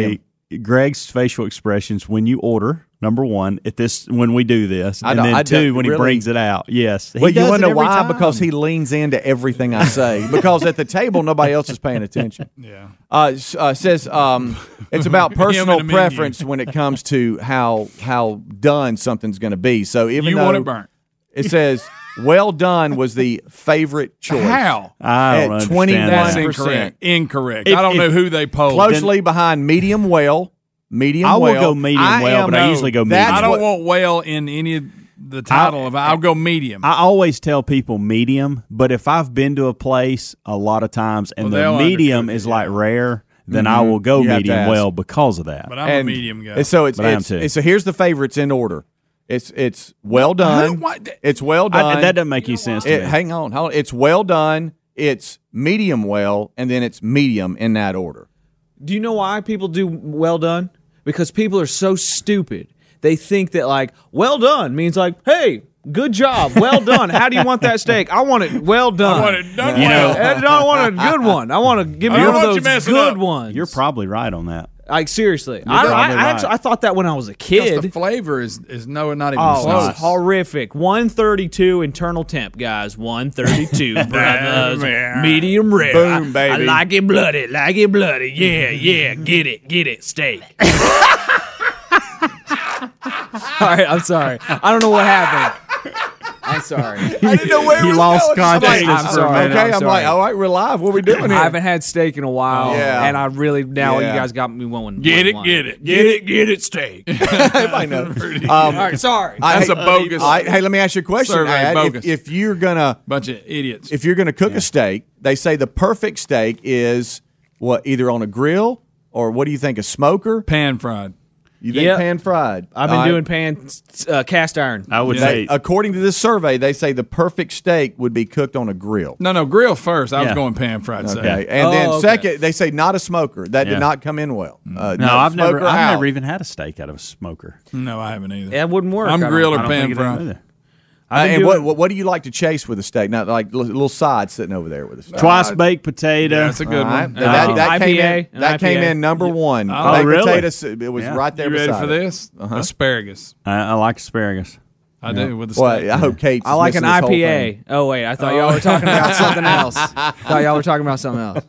Speaker 4: medium.
Speaker 5: Greg's facial expressions when you order. Number one, at this when we do this,
Speaker 4: I
Speaker 5: and
Speaker 4: don't-
Speaker 5: then
Speaker 4: I
Speaker 5: two
Speaker 4: don't
Speaker 5: when he
Speaker 4: really-
Speaker 5: brings it out. Yes, He
Speaker 4: well, you
Speaker 5: does
Speaker 4: want
Speaker 5: it
Speaker 4: to know
Speaker 5: every
Speaker 4: why?
Speaker 5: time.
Speaker 4: Because he leans into everything I say. because at the table, nobody else is paying attention.
Speaker 6: yeah.
Speaker 4: uh, s- uh, says um, it's about
Speaker 6: Him and
Speaker 4: personal
Speaker 6: a menu.
Speaker 4: preference when it comes to how how done something's going to be. So even
Speaker 6: You
Speaker 4: though
Speaker 6: want it burnt.
Speaker 4: it says well done was the favorite choice.
Speaker 6: How?
Speaker 5: I don't
Speaker 4: At
Speaker 5: understand
Speaker 4: 21
Speaker 5: that.
Speaker 6: That's
Speaker 4: 1%.
Speaker 6: incorrect. Incorrect.
Speaker 5: If-
Speaker 6: I don't
Speaker 5: if-
Speaker 6: know who they polled.
Speaker 4: Closely behind medium well, medium
Speaker 5: I will
Speaker 4: well.
Speaker 5: go medium
Speaker 4: I
Speaker 5: well,
Speaker 4: am-
Speaker 5: but I usually go
Speaker 4: that's
Speaker 5: medium.
Speaker 6: I don't
Speaker 4: what-
Speaker 6: want whale in any of the title of it. I'll go medium.
Speaker 5: I always tell people medium, but if I've been to a place a lot of times
Speaker 6: Well,
Speaker 5: and the
Speaker 6: they'll
Speaker 5: medium
Speaker 6: undercook
Speaker 5: is
Speaker 6: it,
Speaker 5: like rare, then I will go
Speaker 4: Mm-hmm. You have to
Speaker 5: medium
Speaker 4: ask.
Speaker 5: well because of that.
Speaker 6: but I'm
Speaker 4: and-
Speaker 6: a medium guy.
Speaker 4: and so it's,
Speaker 5: But I am
Speaker 4: it's,
Speaker 5: too.
Speaker 4: it's- so here's the favorites in order. It's it's well done.
Speaker 6: why- that-
Speaker 4: it's well done.
Speaker 5: I, that doesn't make any sense to
Speaker 4: It-
Speaker 5: me.
Speaker 4: hang on, hold on. It's well done. It's medium well, and then it's medium in that order.
Speaker 12: Do you know why people do well done? Because people are so stupid. They think that like well done means like, hey, Good job. Well done. How do you want that steak? I want it well done. I
Speaker 6: want it done
Speaker 5: You well. know-
Speaker 12: I don't want a good one. I want to give me
Speaker 5: I don't
Speaker 12: one of
Speaker 5: want you
Speaker 12: those
Speaker 5: messing
Speaker 12: good
Speaker 5: up.
Speaker 12: ones.
Speaker 5: You're probably right on that.
Speaker 12: Like seriously,
Speaker 5: You're
Speaker 12: I, I,
Speaker 5: probably
Speaker 12: I
Speaker 5: right.
Speaker 12: actually I thought that when I was a
Speaker 6: Because
Speaker 12: kid.
Speaker 6: the flavor is is no not even
Speaker 12: Oh,
Speaker 6: close.
Speaker 12: it's horrific. 132 internal temp, guys. 132, brothers. Medium rare.
Speaker 6: Boom,
Speaker 12: I-
Speaker 6: baby.
Speaker 12: I like it bloody, like it bloody. Yeah, yeah. Get it, get it. Steak. All right, I'm sorry. I don't know what happened. I'm sorry.
Speaker 4: I didn't know where
Speaker 12: He
Speaker 4: it was
Speaker 12: lost
Speaker 4: going. I'm like,
Speaker 12: consciousness
Speaker 4: I'm
Speaker 12: for a
Speaker 4: sorry.
Speaker 12: minute.
Speaker 4: Okay,
Speaker 12: I'm
Speaker 4: I'm,
Speaker 12: sorry.
Speaker 4: like, all right, we're live. What are we doing
Speaker 12: I
Speaker 4: here?
Speaker 12: haven't had steak in a while,
Speaker 4: Yeah.
Speaker 12: and I really now
Speaker 4: Yeah.
Speaker 12: you guys got me one.
Speaker 6: Get
Speaker 12: one-
Speaker 6: it,
Speaker 12: one.
Speaker 6: get it.
Speaker 12: get it, get it, steak.
Speaker 4: I know. Um,
Speaker 12: All right, sorry.
Speaker 4: I-
Speaker 6: That's
Speaker 4: hey,
Speaker 6: a bogus
Speaker 4: I- hey, let me ask you a question.
Speaker 6: survey,
Speaker 4: Ad. If,
Speaker 6: bogus.
Speaker 4: if you're gonna
Speaker 6: bunch of idiots.
Speaker 4: if you're gonna cook a steak, they say the perfect steak is what either on a grill or what do you think a smoker?
Speaker 6: Pan fried.
Speaker 4: You think
Speaker 12: Yep.
Speaker 4: pan fried?
Speaker 12: I've been
Speaker 4: All right.
Speaker 12: doing pan uh, cast iron.
Speaker 5: I would
Speaker 4: They,
Speaker 5: say
Speaker 4: according to this survey, they say the perfect steak would be cooked on a grill.
Speaker 6: No, no, grill first. I was
Speaker 5: Yeah.
Speaker 6: going pan fried.
Speaker 4: Okay.
Speaker 6: Okay.
Speaker 4: And then
Speaker 6: Oh, okay.
Speaker 4: second, they say not a smoker. That
Speaker 5: Yeah.
Speaker 4: did not come in well. Uh,
Speaker 5: no. I've never,
Speaker 4: smoker
Speaker 5: I've
Speaker 4: out.
Speaker 5: never even had a steak out of a smoker.
Speaker 6: No, I haven't either.
Speaker 12: That wouldn't work.
Speaker 6: I'm
Speaker 12: I don't-
Speaker 6: grill
Speaker 5: I
Speaker 6: or
Speaker 5: don't think
Speaker 6: pan
Speaker 5: it is
Speaker 6: fried.
Speaker 5: either.
Speaker 4: Uh,
Speaker 12: been
Speaker 4: and what,
Speaker 12: doing-
Speaker 4: what what do you like to chase with a steak? Not like li- little side sitting over there with a steak.
Speaker 13: Uh,
Speaker 5: Twice baked potato.
Speaker 6: Yeah, that's a good
Speaker 4: All right.
Speaker 6: one.
Speaker 4: Now, that, that came
Speaker 12: IPA,
Speaker 4: in.
Speaker 12: an
Speaker 4: That came
Speaker 12: IPA.
Speaker 4: in number one.
Speaker 6: Oh,
Speaker 4: Baked
Speaker 5: really?
Speaker 4: potato soup. It was
Speaker 5: Yeah.
Speaker 4: right there.
Speaker 6: you ready
Speaker 4: beside
Speaker 6: for
Speaker 4: it.
Speaker 6: this? Asparagus.
Speaker 5: I, I like asparagus.
Speaker 6: I do with the steak.
Speaker 4: Well, I hope Kate.
Speaker 12: I like an IPA. Oh wait, I thought y'all were talking about something else. I thought y'all were talking about something else.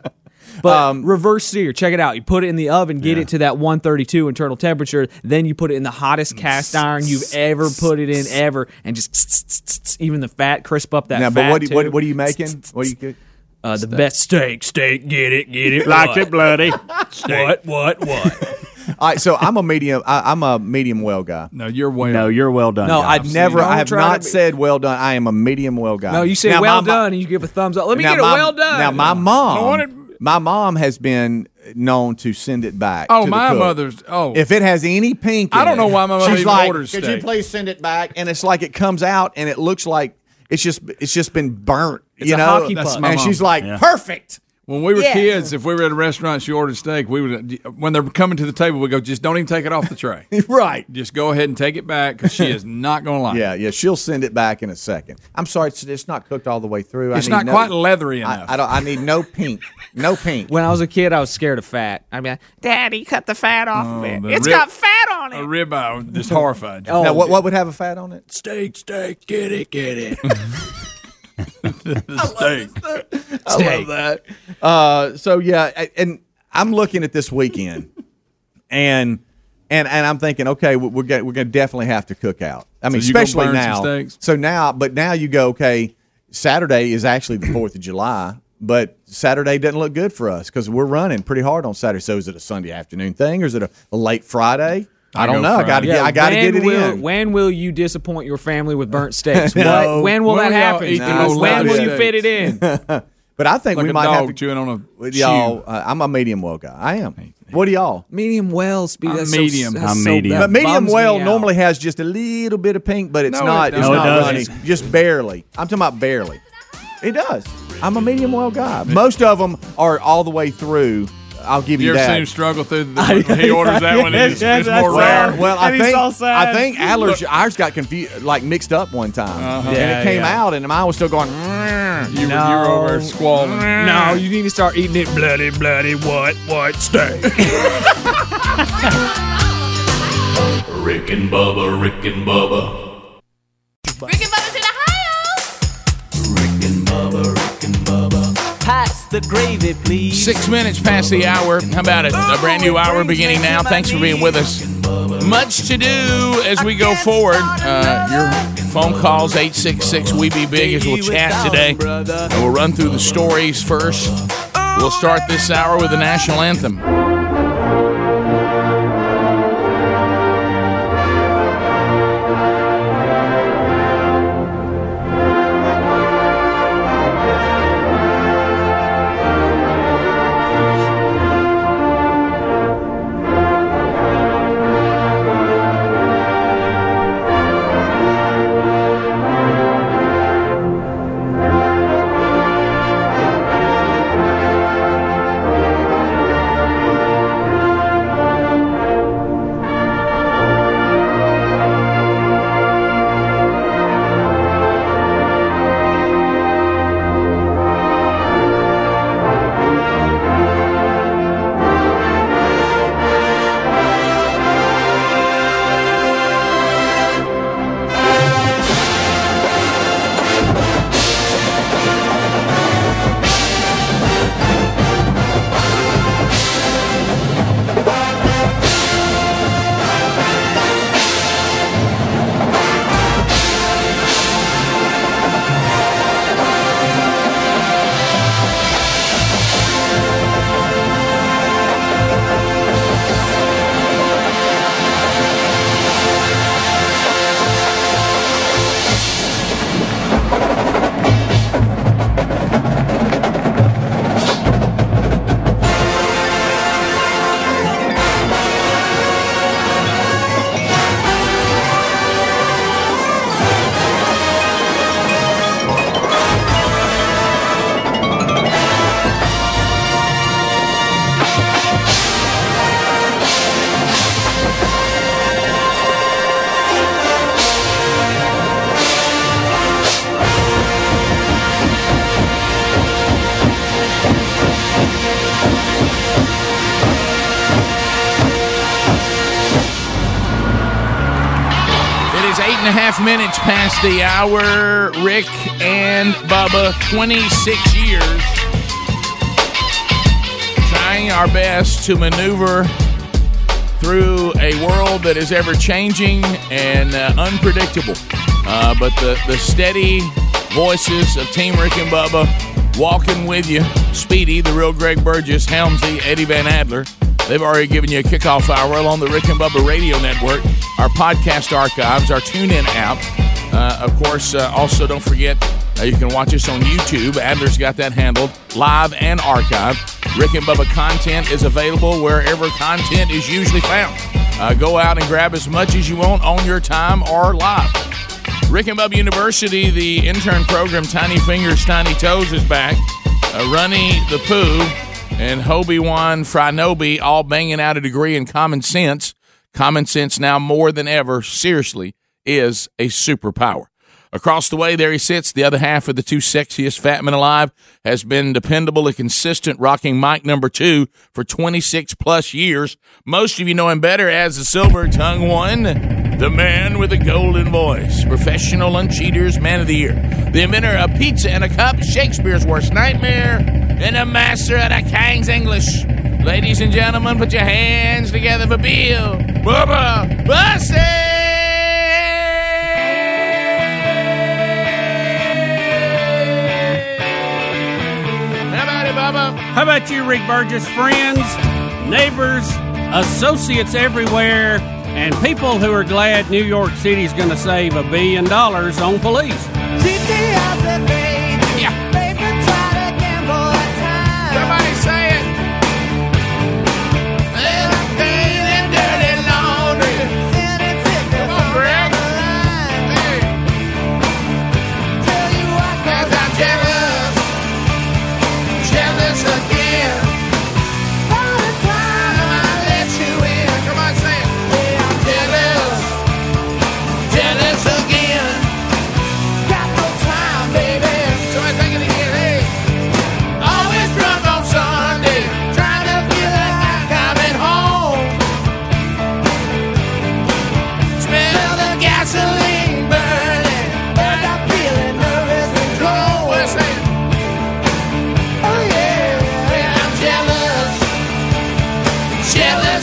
Speaker 12: But
Speaker 4: Um,
Speaker 12: reverse sear, check it out. You put it in the oven, get it to that 132 internal temperature, then you put it in the hottest cast iron you've ever put it in ever, and just even the fat crisp up that
Speaker 4: Now,
Speaker 12: fat.
Speaker 4: but what, do-
Speaker 12: too.
Speaker 4: what what are you making? What do you cook?
Speaker 12: Uh, the best steak, steak, get it, get it,
Speaker 5: Like
Speaker 12: what?
Speaker 5: it bloody.
Speaker 12: What, what, what?
Speaker 4: All right, so I'm a medium. I, I'm a medium well guy.
Speaker 6: no, you're way
Speaker 5: no,
Speaker 6: off.
Speaker 5: you're well done.
Speaker 12: No,
Speaker 5: guy.
Speaker 4: I've never.
Speaker 12: Don't
Speaker 4: I have
Speaker 12: try
Speaker 4: not
Speaker 12: to be-
Speaker 4: said well done. I am a medium well guy.
Speaker 12: No, you say
Speaker 4: Now,
Speaker 12: well
Speaker 4: my-
Speaker 12: done, and you give a thumbs up. Let me
Speaker 4: now,
Speaker 12: get a
Speaker 4: my-
Speaker 12: well done.
Speaker 4: Now my
Speaker 6: I
Speaker 4: mom.
Speaker 6: wanted-
Speaker 4: My mom has been known to send it back.
Speaker 6: Oh,
Speaker 4: to the
Speaker 6: my
Speaker 4: cook.
Speaker 6: mother's. Oh,
Speaker 4: If it has any pink, in
Speaker 6: I don't know
Speaker 4: it,
Speaker 6: why my mother
Speaker 4: she's
Speaker 6: even
Speaker 4: like,
Speaker 6: orders
Speaker 4: Could
Speaker 6: steak."
Speaker 4: you please send it back? And it's like it comes out and it looks like it's just it's just been burnt. you
Speaker 12: a
Speaker 4: know,
Speaker 12: hockey
Speaker 6: That's
Speaker 12: puck.
Speaker 6: my
Speaker 4: and
Speaker 6: mom.
Speaker 4: she's like,
Speaker 5: Yeah.
Speaker 4: perfect.
Speaker 6: When we were kids, if we were at a restaurant, she ordered steak. We would, when they're coming to the table, we go, just don't even take it off the tray.
Speaker 4: right.
Speaker 6: just go ahead and take it back because she is not going to lie.
Speaker 4: Yeah, yeah. She'll send it back in a second. I'm sorry, it's, it's not cooked all the way through. I
Speaker 6: it's
Speaker 4: need
Speaker 6: not
Speaker 4: no-
Speaker 6: quite leathery
Speaker 4: I,
Speaker 6: enough.
Speaker 4: I don't. I need no pink. No pink.
Speaker 12: when I was a kid, I was scared of fat. I mean,
Speaker 14: Daddy, cut the fat off of it.
Speaker 6: the
Speaker 14: It's
Speaker 6: rib-
Speaker 14: got fat on
Speaker 6: a
Speaker 14: it.
Speaker 6: ribeye was just horrified.
Speaker 12: oh,
Speaker 4: now, what what would have a fat on it?
Speaker 6: Steak, steak, get it, get it. steak.
Speaker 4: I love that. Uh, so yeah, I- and I'm looking at this weekend, and and and I'm thinking, okay, we- we're gonna, we're gonna definitely have to cook out. I mean,
Speaker 6: you gonna
Speaker 4: especially
Speaker 6: burn some
Speaker 4: now.
Speaker 6: steaks?
Speaker 4: So now, but now you go, okay. Saturday is actually the Fourth of July, but Saturday doesn't look good for us because we're running pretty hard on Saturday. So is it a Sunday afternoon thing, or is it a, a late Friday? I,
Speaker 6: I
Speaker 4: don't
Speaker 6: go
Speaker 4: know. I got
Speaker 6: Friday.
Speaker 4: to get. I got to
Speaker 12: when
Speaker 4: get it
Speaker 12: will,
Speaker 4: in.
Speaker 12: When will you disappoint your family with burnt steaks?
Speaker 4: No.
Speaker 12: What? When will
Speaker 6: When
Speaker 12: that
Speaker 15: Oh,
Speaker 6: will
Speaker 12: happen?
Speaker 6: y'all eat
Speaker 4: the
Speaker 12: Because
Speaker 4: old
Speaker 12: when will
Speaker 4: rotten
Speaker 12: you fit it in?
Speaker 4: but I think
Speaker 6: Like
Speaker 4: we
Speaker 6: a
Speaker 4: might
Speaker 6: dog
Speaker 4: have to.
Speaker 6: chewing on a
Speaker 4: with
Speaker 6: shoe.
Speaker 4: y'all, uh, I'm a medium well guy. I am. What do y'all?
Speaker 12: medium well, speed.
Speaker 6: I'm
Speaker 12: that's
Speaker 6: medium.
Speaker 12: So, that's
Speaker 5: I'm
Speaker 12: so
Speaker 5: medium.
Speaker 12: that
Speaker 4: But medium
Speaker 12: bums
Speaker 4: well
Speaker 12: me out.
Speaker 4: normally has just a little bit of pink, but it's
Speaker 6: No, it
Speaker 4: not. it's
Speaker 6: doesn't.
Speaker 4: not
Speaker 5: No, it
Speaker 4: runny.
Speaker 5: doesn't.
Speaker 4: Just barely. I'm talking about barely. It does. I'm a medium well guy. Most of them are all the way through. I'll give you,
Speaker 6: You ever
Speaker 4: that.
Speaker 6: seen him struggle through the He orders that one. and It's, it's
Speaker 5: Yes,
Speaker 6: more
Speaker 5: that's
Speaker 6: rare.
Speaker 4: well, well, I
Speaker 5: And he's
Speaker 4: think
Speaker 5: all sad.
Speaker 4: I think Adler's ours got confused, like mixed up one time, and
Speaker 12: Yeah,
Speaker 4: it came
Speaker 12: yeah.
Speaker 4: out, and mine was still going. "Mm."
Speaker 6: You, were, you were over there squalling.
Speaker 12: No, you need to start eating it bloody, bloody what, what steak.
Speaker 10: Rick and Bubba, Rick and Bubba.
Speaker 11: Rick and Bubba's in Ohio.
Speaker 10: Rick and Bubba, Rick and Bubba.
Speaker 16: Pass the gravy, please.
Speaker 15: Six minutes past the hour. How about it? A brand new hour beginning now. Thanks for being with us. Much to do as we go forward. Uh, your phone calls, 866 We Be Big, as we'll chat today. And we'll run through the stories first. We'll start this hour with the national anthem.
Speaker 11: Rick
Speaker 15: a half minutes past the hour. Rick and Bubba, 26 years, trying our best to maneuver through a world that is ever changing and uh, unpredictable. Uh, but the, the steady voices of Team Rick and Bubba walking with you. Speedy, the real Greg Burgess, Helmsy, Eddie Van Adler. They've already given you a kickoff hour along the Rick and Bubba Radio Network, our podcast archives, our tune in app. Uh, of course, uh, also don't forget uh, you can watch us on YouTube. Adler's got that handled, live and archived. Rick and Bubba content is available wherever content is usually found. Uh, go out and grab as much as you want on your time or live. Rick and Bubba University, the intern program Tiny Fingers, Tiny Toes is back. Uh, Runny the Pooh and Hobie Wan Frinobi all banging out a degree in common sense. Common sense now more than ever, seriously, is a superpower. Across the way, there he sits. The other half of the two sexiest fat men alive has been dependable and consistent, rocking mic number two for 26 plus years. Most of you know him better as the silver tongue one, the man with the golden voice, professional uncheaters, man of the year, the inventor of pizza and a cup, Shakespeare's worst nightmare, and a master of the King's English. Ladies and gentlemen, put your hands together for Bill Bubba Bussett.
Speaker 13: How about you, Rick Burgess? Friends, neighbors, associates everywhere, and people who are glad New York City's going to save a billion dollars on police.
Speaker 15: Somebody say it.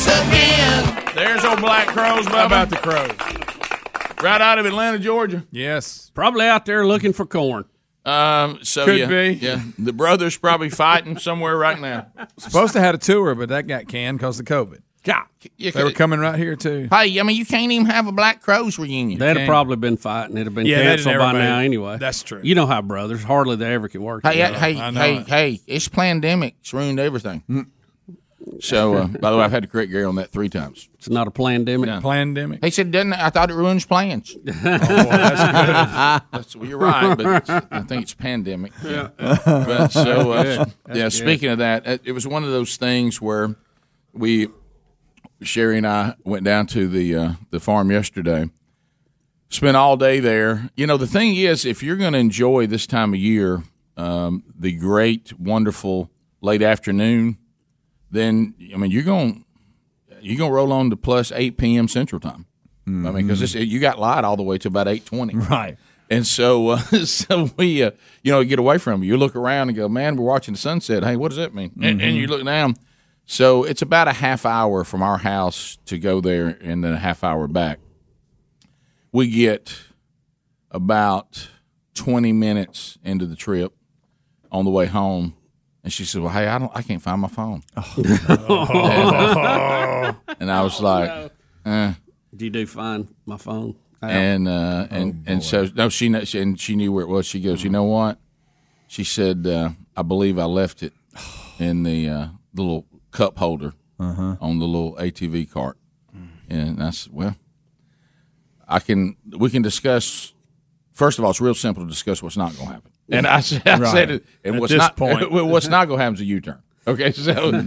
Speaker 15: oh, There's old Black Crows, Bubba.
Speaker 6: about the crows?
Speaker 15: Right out of Atlanta, Georgia.
Speaker 6: Yes.
Speaker 13: Probably out there looking for corn.
Speaker 15: Um, so
Speaker 6: Could
Speaker 15: yeah,
Speaker 6: be.
Speaker 15: yeah. The brothers probably fighting somewhere right now.
Speaker 6: Supposed to have a tour, but that got canned because of COVID.
Speaker 15: Yeah,
Speaker 6: They were coming right here too.
Speaker 15: Hey, I mean, you can't even have a Black Crows reunion.
Speaker 13: They'd have probably been fighting. It'd have been
Speaker 15: Yeah, they'd
Speaker 13: canceled
Speaker 15: never
Speaker 13: by
Speaker 15: made
Speaker 13: now
Speaker 15: it.
Speaker 13: anyway.
Speaker 15: That's true.
Speaker 13: You know how brothers hardly they ever can work.
Speaker 15: Hey,
Speaker 13: together.
Speaker 15: hey, hey, hey! It's pandemic. It's ruined everything.
Speaker 6: Mm.
Speaker 15: So, uh, by the way, I've had to correct Gary on that three times.
Speaker 13: It's not a pandemic.
Speaker 6: Pandemic.
Speaker 15: He said, "Doesn't it? I thought it ruins plans." oh,
Speaker 6: that's
Speaker 15: good. That's, well, you're right, but it's- I think it's pandemic. Yeah. But so, uh,
Speaker 6: That's good.
Speaker 15: yeah.
Speaker 6: That's good.
Speaker 15: Speaking of that, it- it was one of those things where we, Sherry and I, went down to the uh, the farm yesterday. Spent all day there. You know, the thing is, if you're going to enjoy this time of year, um, the great, wonderful late afternoon, then I mean, you're going you're going to roll on to plus eight p.m. Central Time. I mean, because you got light all the way to about eight twenty, right? And so, uh, so we, uh, you know, get away from it. You look around and go, "Man, we're watching the sunset." Hey, what does that mean? And, and
Speaker 6: Mhm.
Speaker 15: you look down. So it's about a half hour from our house to go there, and then a half hour back. We get about twenty minutes into the trip on the way home, and she said, "Well, hey, I don't, I can't find my phone." and, and I was like, eh.
Speaker 13: Do you do find my phone?
Speaker 15: and uh, and and so no, she kn- she- and she knew where it was. She goes, you know what? She said, uh, I believe I left it in the uh, little cup holder
Speaker 6: Uh-huh.
Speaker 15: on the little ATV cart, and I said, well, I can we can discuss. First of all, it's real simple to discuss what's not going to happen. And I said, I
Speaker 6: Right.
Speaker 15: said it, and
Speaker 6: At
Speaker 15: what's
Speaker 6: this
Speaker 15: not
Speaker 6: point.
Speaker 15: what's not going to happen is a U turn. Okay, so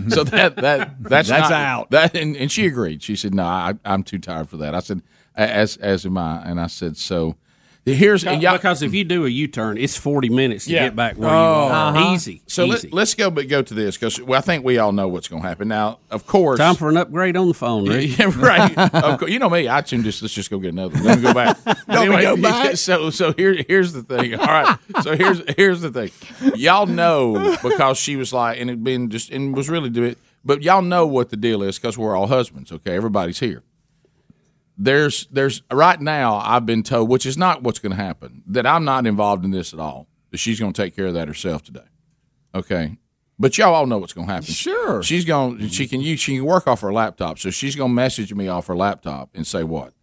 Speaker 15: so that that that's
Speaker 6: That's
Speaker 15: not-
Speaker 6: out.
Speaker 15: That and, and she agreed. She said, "No, I, I'm too tired for that." I said, "A- "As as am I," and I said, "So." Here's
Speaker 13: and
Speaker 15: y'all-
Speaker 13: Uh, because if you do a U turn, it's forty minutes to get back where you
Speaker 15: Oh.
Speaker 13: are.
Speaker 12: Uh-huh.
Speaker 13: Easy.
Speaker 15: So
Speaker 13: easy.
Speaker 15: Let, us go, but go to this because well, I think we all know what's going to happen. Now, of course,
Speaker 13: Time for an upgrade on the phone.
Speaker 15: Yeah,
Speaker 13: Rick.
Speaker 15: yeah, right. of course, you know me. I assume just let's just go get another. one. Let me go back.
Speaker 13: Don't we go back?
Speaker 15: So so here here's the thing. All right. So here's here's the thing. Y'all know because she was like and it been just and was really doing it. But y'all know what the deal is because we're all husbands. Okay, everybody's here. There's there's right now I've been told, which is not what's going to happen, that I'm not involved in this at all. That she's going to take care of that herself today. Okay. But y'all all know what's going to happen. Sure. She's going. She can use. She can work off her laptop. So she's going to message me off her laptop and say what?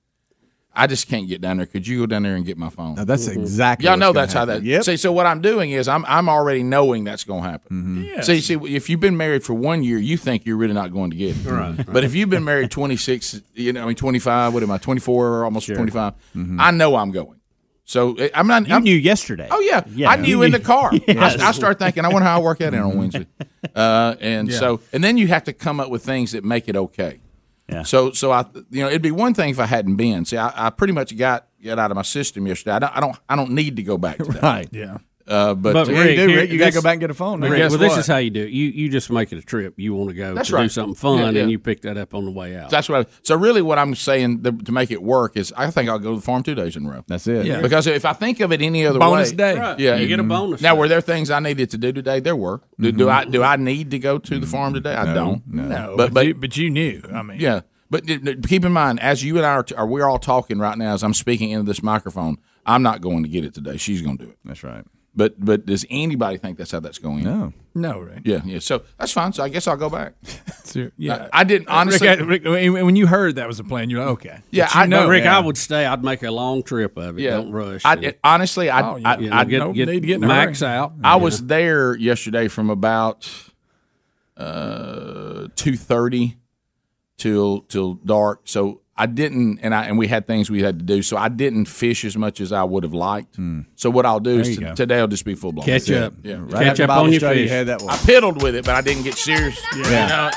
Speaker 15: I just can't get down there. Could you go down there and get my phone?
Speaker 17: Now, that's exactly.
Speaker 15: Y'all know
Speaker 17: what's gonna
Speaker 15: that's how
Speaker 17: happen.
Speaker 15: that. See, so what I'm doing is I'm I'm already knowing that's going to happen. See, see, if you've been married for one year, you think you're really not going to get it.
Speaker 13: Right, right.
Speaker 15: But if you've been married 26, you know, I mean 25. What am I? 24 or almost 25. I know I'm going. So eh, I'm not.
Speaker 5: You
Speaker 15: I'm,
Speaker 5: knew yesterday.
Speaker 15: Oh yeah,
Speaker 5: Yeah.
Speaker 15: I knew in the car.
Speaker 5: Yes.
Speaker 15: I, I start thinking, I wonder how I work that in on Wednesday. Uh, and
Speaker 5: Yeah.
Speaker 15: so, and then you have to come up with things that make it okay. Yeah. So, so I, you know, it'd be one thing if I hadn't been. See, I, I pretty much got got out of my system yesterday. I don't, I don't, I don't need to go back to that.
Speaker 13: Right.
Speaker 15: Yeah. Uh, but,
Speaker 13: this-
Speaker 15: But
Speaker 13: Rick,
Speaker 15: guess
Speaker 13: well, this
Speaker 15: what?
Speaker 13: is how you do it. You you just make it a trip. You want to go
Speaker 15: That's
Speaker 13: to do
Speaker 15: right.
Speaker 13: something fun,
Speaker 15: Yeah, yeah.
Speaker 13: and you pick that up on the way out.
Speaker 15: That's what. I, so really, what I'm saying th- to make it work is, I think I'll go to the farm two days in a row. That's it.
Speaker 13: Yeah.
Speaker 15: Because if I think of it any other
Speaker 13: Bonus
Speaker 15: way,
Speaker 13: day. Right.
Speaker 15: yeah,
Speaker 13: You get a bonus Mm-hmm.
Speaker 15: Now, were there things I needed to do today? There were. Do, do I do I need to go to the farm today? I don't.
Speaker 6: No,
Speaker 15: But but
Speaker 6: you, but you knew. I mean,
Speaker 15: yeah. But d- d- keep in mind, as you and I are, t- are, we're all talking right now. As I'm speaking into this microphone, I'm not going to get it today. She's going to do it. That's right. But but does anybody think that's how that's going? No.
Speaker 6: no, right?
Speaker 15: Yeah, yeah. So that's fine. So I guess I'll go back.
Speaker 6: Yeah,
Speaker 15: I, I didn't honestly.
Speaker 6: Rick, I- Rick, when when you heard that was a plan, you're like, okay.
Speaker 15: Yeah,
Speaker 13: But you
Speaker 15: I
Speaker 13: know,
Speaker 15: know.
Speaker 13: Rick.
Speaker 15: Yeah.
Speaker 13: I would stay. I'd make a long trip of it.
Speaker 15: Yeah.
Speaker 13: Don't rush.
Speaker 15: I, it- honestly, I,
Speaker 13: Oh,
Speaker 15: I,
Speaker 13: yeah,
Speaker 15: I,
Speaker 13: get-
Speaker 15: I-
Speaker 13: get- need to get in a max hurry. out.
Speaker 15: I was there yesterday from about uh, two thirty till till dark. So I didn't, and I and we had things we had to do. So I didn't fish as much as I would have liked. So what I'll do
Speaker 13: Hmm. There
Speaker 15: is
Speaker 13: you
Speaker 15: t-
Speaker 13: go.
Speaker 15: today I'll just be full blown
Speaker 13: Catch up.
Speaker 15: Yeah,
Speaker 13: Right Catch after up Bible on your study, fish. had that one.
Speaker 15: I piddled with it, but I didn't get serious.
Speaker 13: Yeah.
Speaker 15: You know,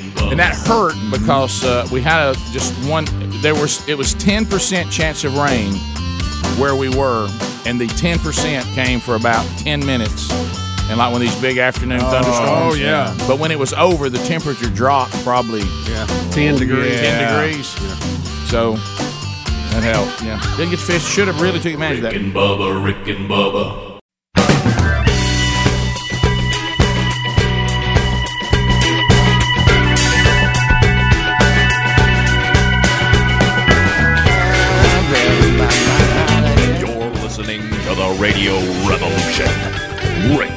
Speaker 15: so and that hurt because uh, we had a, just one. There was it was ten percent chance of rain where we were, and the ten percent came for about ten minutes. And like one of these big afternoon
Speaker 6: Oh,
Speaker 15: thunderstorms.
Speaker 6: yeah.
Speaker 15: But when it was over, the temperature dropped probably Oh, yeah.
Speaker 13: 10 degrees.
Speaker 15: Ten
Speaker 13: Yeah.
Speaker 15: degrees. So that helped. Yeah. Didn't get fish. Should have really took advantage of
Speaker 10: Rick
Speaker 15: that.
Speaker 10: and Bubba, Rick and Bubba. You're listening to the Radio Revolution. Rick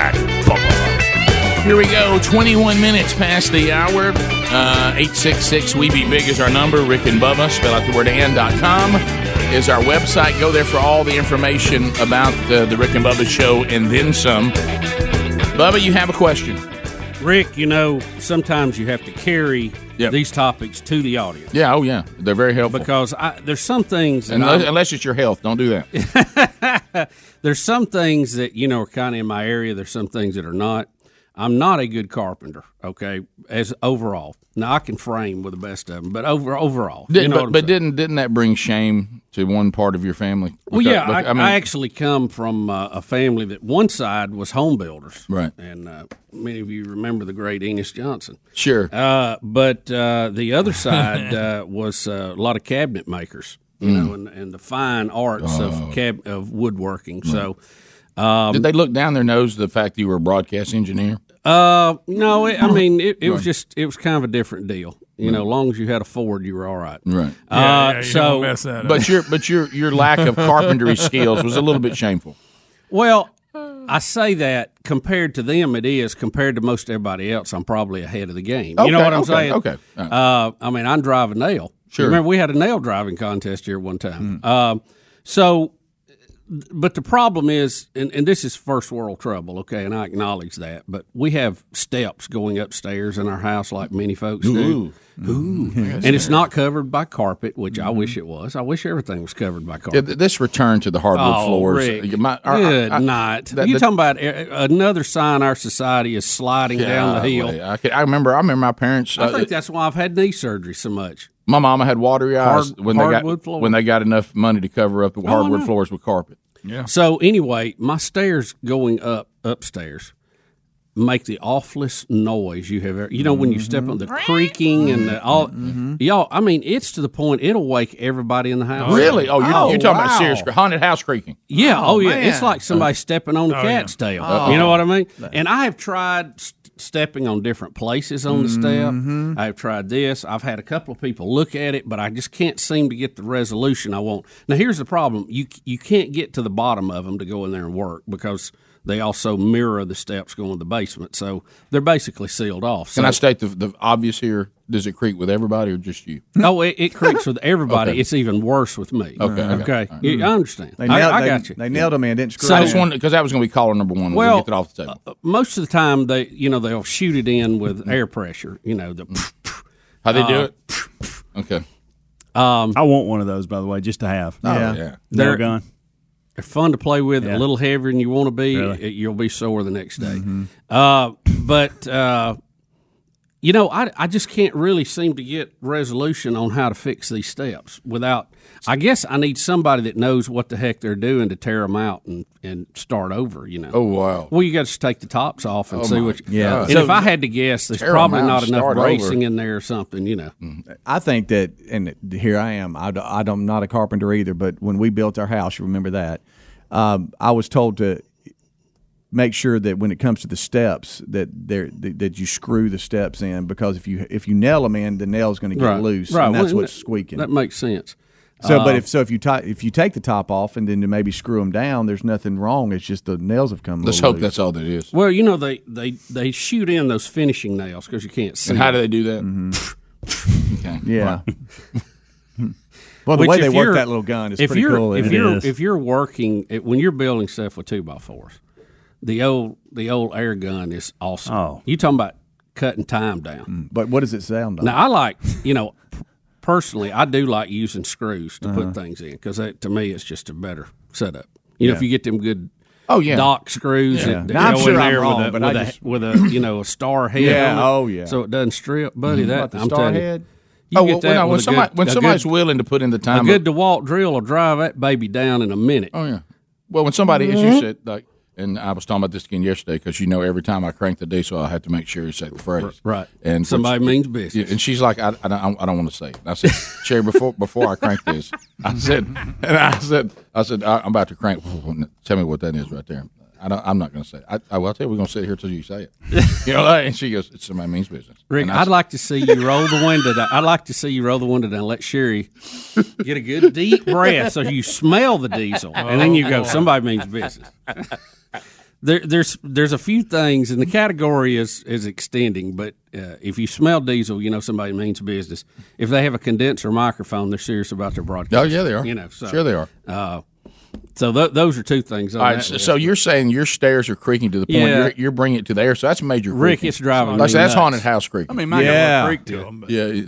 Speaker 10: and Bubba.
Speaker 15: Here we go. 21 minutes past the hour. Uh, 866 We Be Big is our number. Rick and Bubba, spell out the word and.com is our website. Go there for all the information about uh, the, the Rick and Bubba show and then some. Bubba, you have a question.
Speaker 13: Rick, you know, sometimes you have to carry these topics to the audience
Speaker 15: Yeah, oh, yeah. They're very helpful.
Speaker 13: because I, there's some things that
Speaker 15: unless,
Speaker 13: I'm-
Speaker 15: unless it's your health, don't do that.
Speaker 13: there's some things that you know are kind of in my area. There's some things that are not. I'm not a good carpenter. Okay, as overall, now I can frame with the best of them, but over overall, you
Speaker 15: Did-
Speaker 13: know what
Speaker 15: but
Speaker 13: I'm
Speaker 15: but didn't didn't that bring shame to one part of your family?
Speaker 13: Well,
Speaker 15: Because-
Speaker 13: yeah, I,
Speaker 15: bec- mean-
Speaker 13: I actually come from uh, a family that one side was home builders,
Speaker 15: Right.
Speaker 13: And uh, many of you remember the great Enos Johnson.
Speaker 15: Sure.
Speaker 13: Uh, but uh, the other side uh, was uh, a lot of cabinet makers, you
Speaker 15: Mm.
Speaker 13: know, and, and the fine arts
Speaker 6: Oh.
Speaker 13: of cab- of woodworking. So. Um,
Speaker 15: Did they look down their nose the fact that you were a broadcast engineer?
Speaker 13: Uh, no, it, I mean it, it was
Speaker 15: Right.
Speaker 13: just it was kind of a different deal. You know, as long as you had a Ford, you were all right.
Speaker 15: Right.
Speaker 13: Uh,
Speaker 6: Yeah, yeah, you
Speaker 13: so
Speaker 6: don't mess that up.
Speaker 15: But your but your your lack of carpentry skills was a little bit shameful.
Speaker 13: Well, I say that compared to them, it is compared to most everybody else. I'm probably ahead of the game. you know
Speaker 15: Okay,
Speaker 13: what I'm
Speaker 15: okay,
Speaker 13: saying?
Speaker 15: okay.
Speaker 13: Uh, I mean, I drive a nail.
Speaker 15: Sure. Hmm.
Speaker 13: Remember, we had a nail driving contest here one time. Um, so, but the problem is, and, and this is first world trouble. Okay, and I acknowledge that. But we have steps going upstairs in our house, like many folks do. Ooh. And it's not covered by carpet, which I wish it was. I wish everything was covered by carpet.
Speaker 15: Mm-hmm. Yeah, th- this return to the hardwood
Speaker 13: Oh,
Speaker 15: floors.
Speaker 13: Rick.
Speaker 15: my- I- I-
Speaker 13: Good
Speaker 15: I-
Speaker 13: night.
Speaker 15: that-
Speaker 13: you
Speaker 15: that-
Speaker 13: talking about uh, another sign our society is sliding down the hill?
Speaker 15: Golly, I, could, I remember. I remember my parents.
Speaker 13: I
Speaker 15: uh,
Speaker 13: think that's why I've had knee surgery so much.
Speaker 15: My mama had watery eyes
Speaker 13: Hard-
Speaker 15: when they got
Speaker 13: hardwood floor.
Speaker 15: when they got enough money to cover up the
Speaker 13: Oh, I
Speaker 15: hardwood
Speaker 13: know.
Speaker 15: floors with carpet.
Speaker 13: Yeah. So anyway, my stairs going up upstairs make the awfulest noise you have ever. You know when you
Speaker 6: Mm-hmm.
Speaker 13: step on the creaking and the all y'all. I mean, it's to the point it'll wake everybody in the house.
Speaker 15: Really? Oh, you're, you're talking about serious cre- haunted house creaking. Oh.
Speaker 13: Yeah. Oh, yeah.
Speaker 15: man.
Speaker 13: It's like somebody stepping on a cat's tail.
Speaker 15: Uh-oh.
Speaker 13: You know what I mean? And I have tried st- stepping on different places on the
Speaker 17: Mhm.
Speaker 13: step. I've tried this. I've had a couple of people look at it, but I just can't seem to get the resolution I want. Now, here's the problem: you c- you can't get to the bottom of them to go in there and work because they also mirror the steps going to the basement, so they're basically sealed off. So
Speaker 15: Can I state the, the obvious here? Does it creak with everybody or just you?
Speaker 13: Oh, it, it creaks with everybody.
Speaker 15: Okay.
Speaker 13: It's even worse with me.
Speaker 15: Okay, okay.
Speaker 13: Okay.
Speaker 15: All right.
Speaker 13: You- I understand. I, I got you. So-
Speaker 15: I just wanted because that was going to be caller number one. Well,
Speaker 13: Well,
Speaker 15: get it off the table.
Speaker 13: uh, most of the time they you know they'll shoot it in
Speaker 15: Mm-hmm.
Speaker 13: with air pressure. You know the
Speaker 15: How they do
Speaker 13: uh,
Speaker 15: it? Okay.
Speaker 13: Um,
Speaker 5: I want one of those, by the way, just to have.
Speaker 13: Oh, Yeah. yeah.
Speaker 5: Nail
Speaker 13: They're-
Speaker 5: gun.
Speaker 13: They're fun to play with.
Speaker 5: Yeah.
Speaker 13: A little heavier than you want to be.
Speaker 5: Really?
Speaker 13: uh, You'll be sore the next day. Uh, but uh, you know I I just can't really seem to get resolution on how to fix these steps without. I guess I need somebody that knows what the heck they're doing to tear them out and, and start over. You know.
Speaker 15: Oh wow.
Speaker 13: Well, you got to take the tops off and
Speaker 15: Oh,
Speaker 13: see
Speaker 15: my
Speaker 13: what. You,
Speaker 15: God.
Speaker 13: And
Speaker 15: So
Speaker 13: if I had to guess, there's
Speaker 15: tear 'em
Speaker 13: probably
Speaker 15: out
Speaker 13: not
Speaker 15: and
Speaker 13: enough
Speaker 15: start over. Mm-hmm.
Speaker 13: bracing in there or something. You know.
Speaker 18: I think that, and here I am. I, am not a carpenter either, but when we built our house, you remember that. Um, I was told to make sure that when it comes to the steps, that there that, that you screw the steps in because if you if you nail them in, the nail's going to get loose, and that's
Speaker 13: Well,
Speaker 18: what's
Speaker 13: that-
Speaker 18: squeaking.
Speaker 13: That makes sense.
Speaker 18: so, but
Speaker 13: Uh,
Speaker 18: if so, if you ti if you take the top off and then to maybe screw them down, there's nothing wrong. It's just the nails have come. a
Speaker 15: Let's
Speaker 18: little
Speaker 15: hope
Speaker 18: loose.
Speaker 15: that's all that is.
Speaker 13: well, you know they they they shoot in those finishing nails because you can't see. Mm-hmm.
Speaker 15: And how
Speaker 13: them.
Speaker 15: do they do that? Okay.
Speaker 18: Yeah. well, the
Speaker 13: Which
Speaker 18: way
Speaker 13: if
Speaker 18: they work
Speaker 13: you're-
Speaker 18: that little gun is
Speaker 13: if
Speaker 18: pretty
Speaker 13: you're,
Speaker 18: cool.
Speaker 13: If
Speaker 18: isn't
Speaker 13: you're if you're working it, when you're building stuff with two by fours, the old the old air gun is awesome.
Speaker 18: Oh. Mm.
Speaker 13: you talking about cutting time down?
Speaker 18: but what does it sound like?
Speaker 13: Now I like you know p- personally I do like using screws to
Speaker 18: Uh-huh.
Speaker 13: put things in because to me it's just a better setup. You know if
Speaker 18: Yeah.
Speaker 13: you get them good.
Speaker 18: Oh, yeah.
Speaker 13: dock screws.
Speaker 18: Yeah.
Speaker 13: That, that
Speaker 18: Now, I'm
Speaker 13: go in
Speaker 18: sure I'm
Speaker 13: there with
Speaker 18: wrong,
Speaker 13: a-
Speaker 18: but
Speaker 13: with,
Speaker 18: I
Speaker 13: a,
Speaker 18: just-
Speaker 13: with a you know a star head.
Speaker 15: Yeah,
Speaker 13: on it,
Speaker 15: oh, yeah.
Speaker 13: So it doesn't strip, buddy.
Speaker 18: Mm-hmm.
Speaker 15: Mhm.
Speaker 13: That
Speaker 15: About the
Speaker 13: I'm
Speaker 15: star
Speaker 13: telling you.
Speaker 15: head?
Speaker 13: You
Speaker 15: Oh,
Speaker 13: get
Speaker 15: well,
Speaker 13: that
Speaker 15: when I-
Speaker 13: with
Speaker 15: when
Speaker 13: a
Speaker 15: somebody-
Speaker 13: good,
Speaker 15: when
Speaker 13: a
Speaker 15: somebody's
Speaker 13: good,
Speaker 15: willing to put in the time
Speaker 13: a good DeWalt drill will drive that baby down in a minute.
Speaker 15: Oh yeah. Well, when somebody, as
Speaker 13: Mm-hmm.
Speaker 15: you said, like, and I was talking about this again yesterday because you know every time I crank the diesel, I have to make sure you say the phrase
Speaker 13: right.
Speaker 15: And
Speaker 13: Somebody
Speaker 15: which-
Speaker 13: means business.
Speaker 15: Yeah, and she's like, I, I don't, I don't want to say it. And I said, Sherry, before before I crank this, I said, and I said, I said, I, I'm about to crank. Tell me what that is right there. I don't, I'm not going to say. It. I, I will tell you, we're going to sit here till you say it. You know, like, and she goes, it's somebody means business.
Speaker 13: Rick,
Speaker 15: And I
Speaker 13: I'd like to see you roll the window down. I'd like to see you roll the window down. and Let Sherry get a good deep breath so you smell the diesel, and then you go. Somebody means business. There, there's there's a few things, and the category is is extending. But uh, if you smell diesel, you know somebody means business. If they have a condenser microphone, they're serious about their broadcast.
Speaker 15: Oh, yeah, they are.
Speaker 13: You know, so,
Speaker 15: Sure they are.
Speaker 13: Uh, so th- those are two things. On
Speaker 15: All right,
Speaker 13: that
Speaker 15: so,
Speaker 13: list.
Speaker 15: so you're saying your stairs are creaking to the point
Speaker 13: Yeah.
Speaker 15: you're, you're bringing it to the air, so that's major.
Speaker 13: Rick,
Speaker 15: creaking.
Speaker 13: it's driving
Speaker 15: Like,
Speaker 13: me
Speaker 15: so that's
Speaker 13: nuts.
Speaker 15: haunted house creaking.
Speaker 13: I mean, mine don't Yeah. creak to 'em,
Speaker 15: yeah.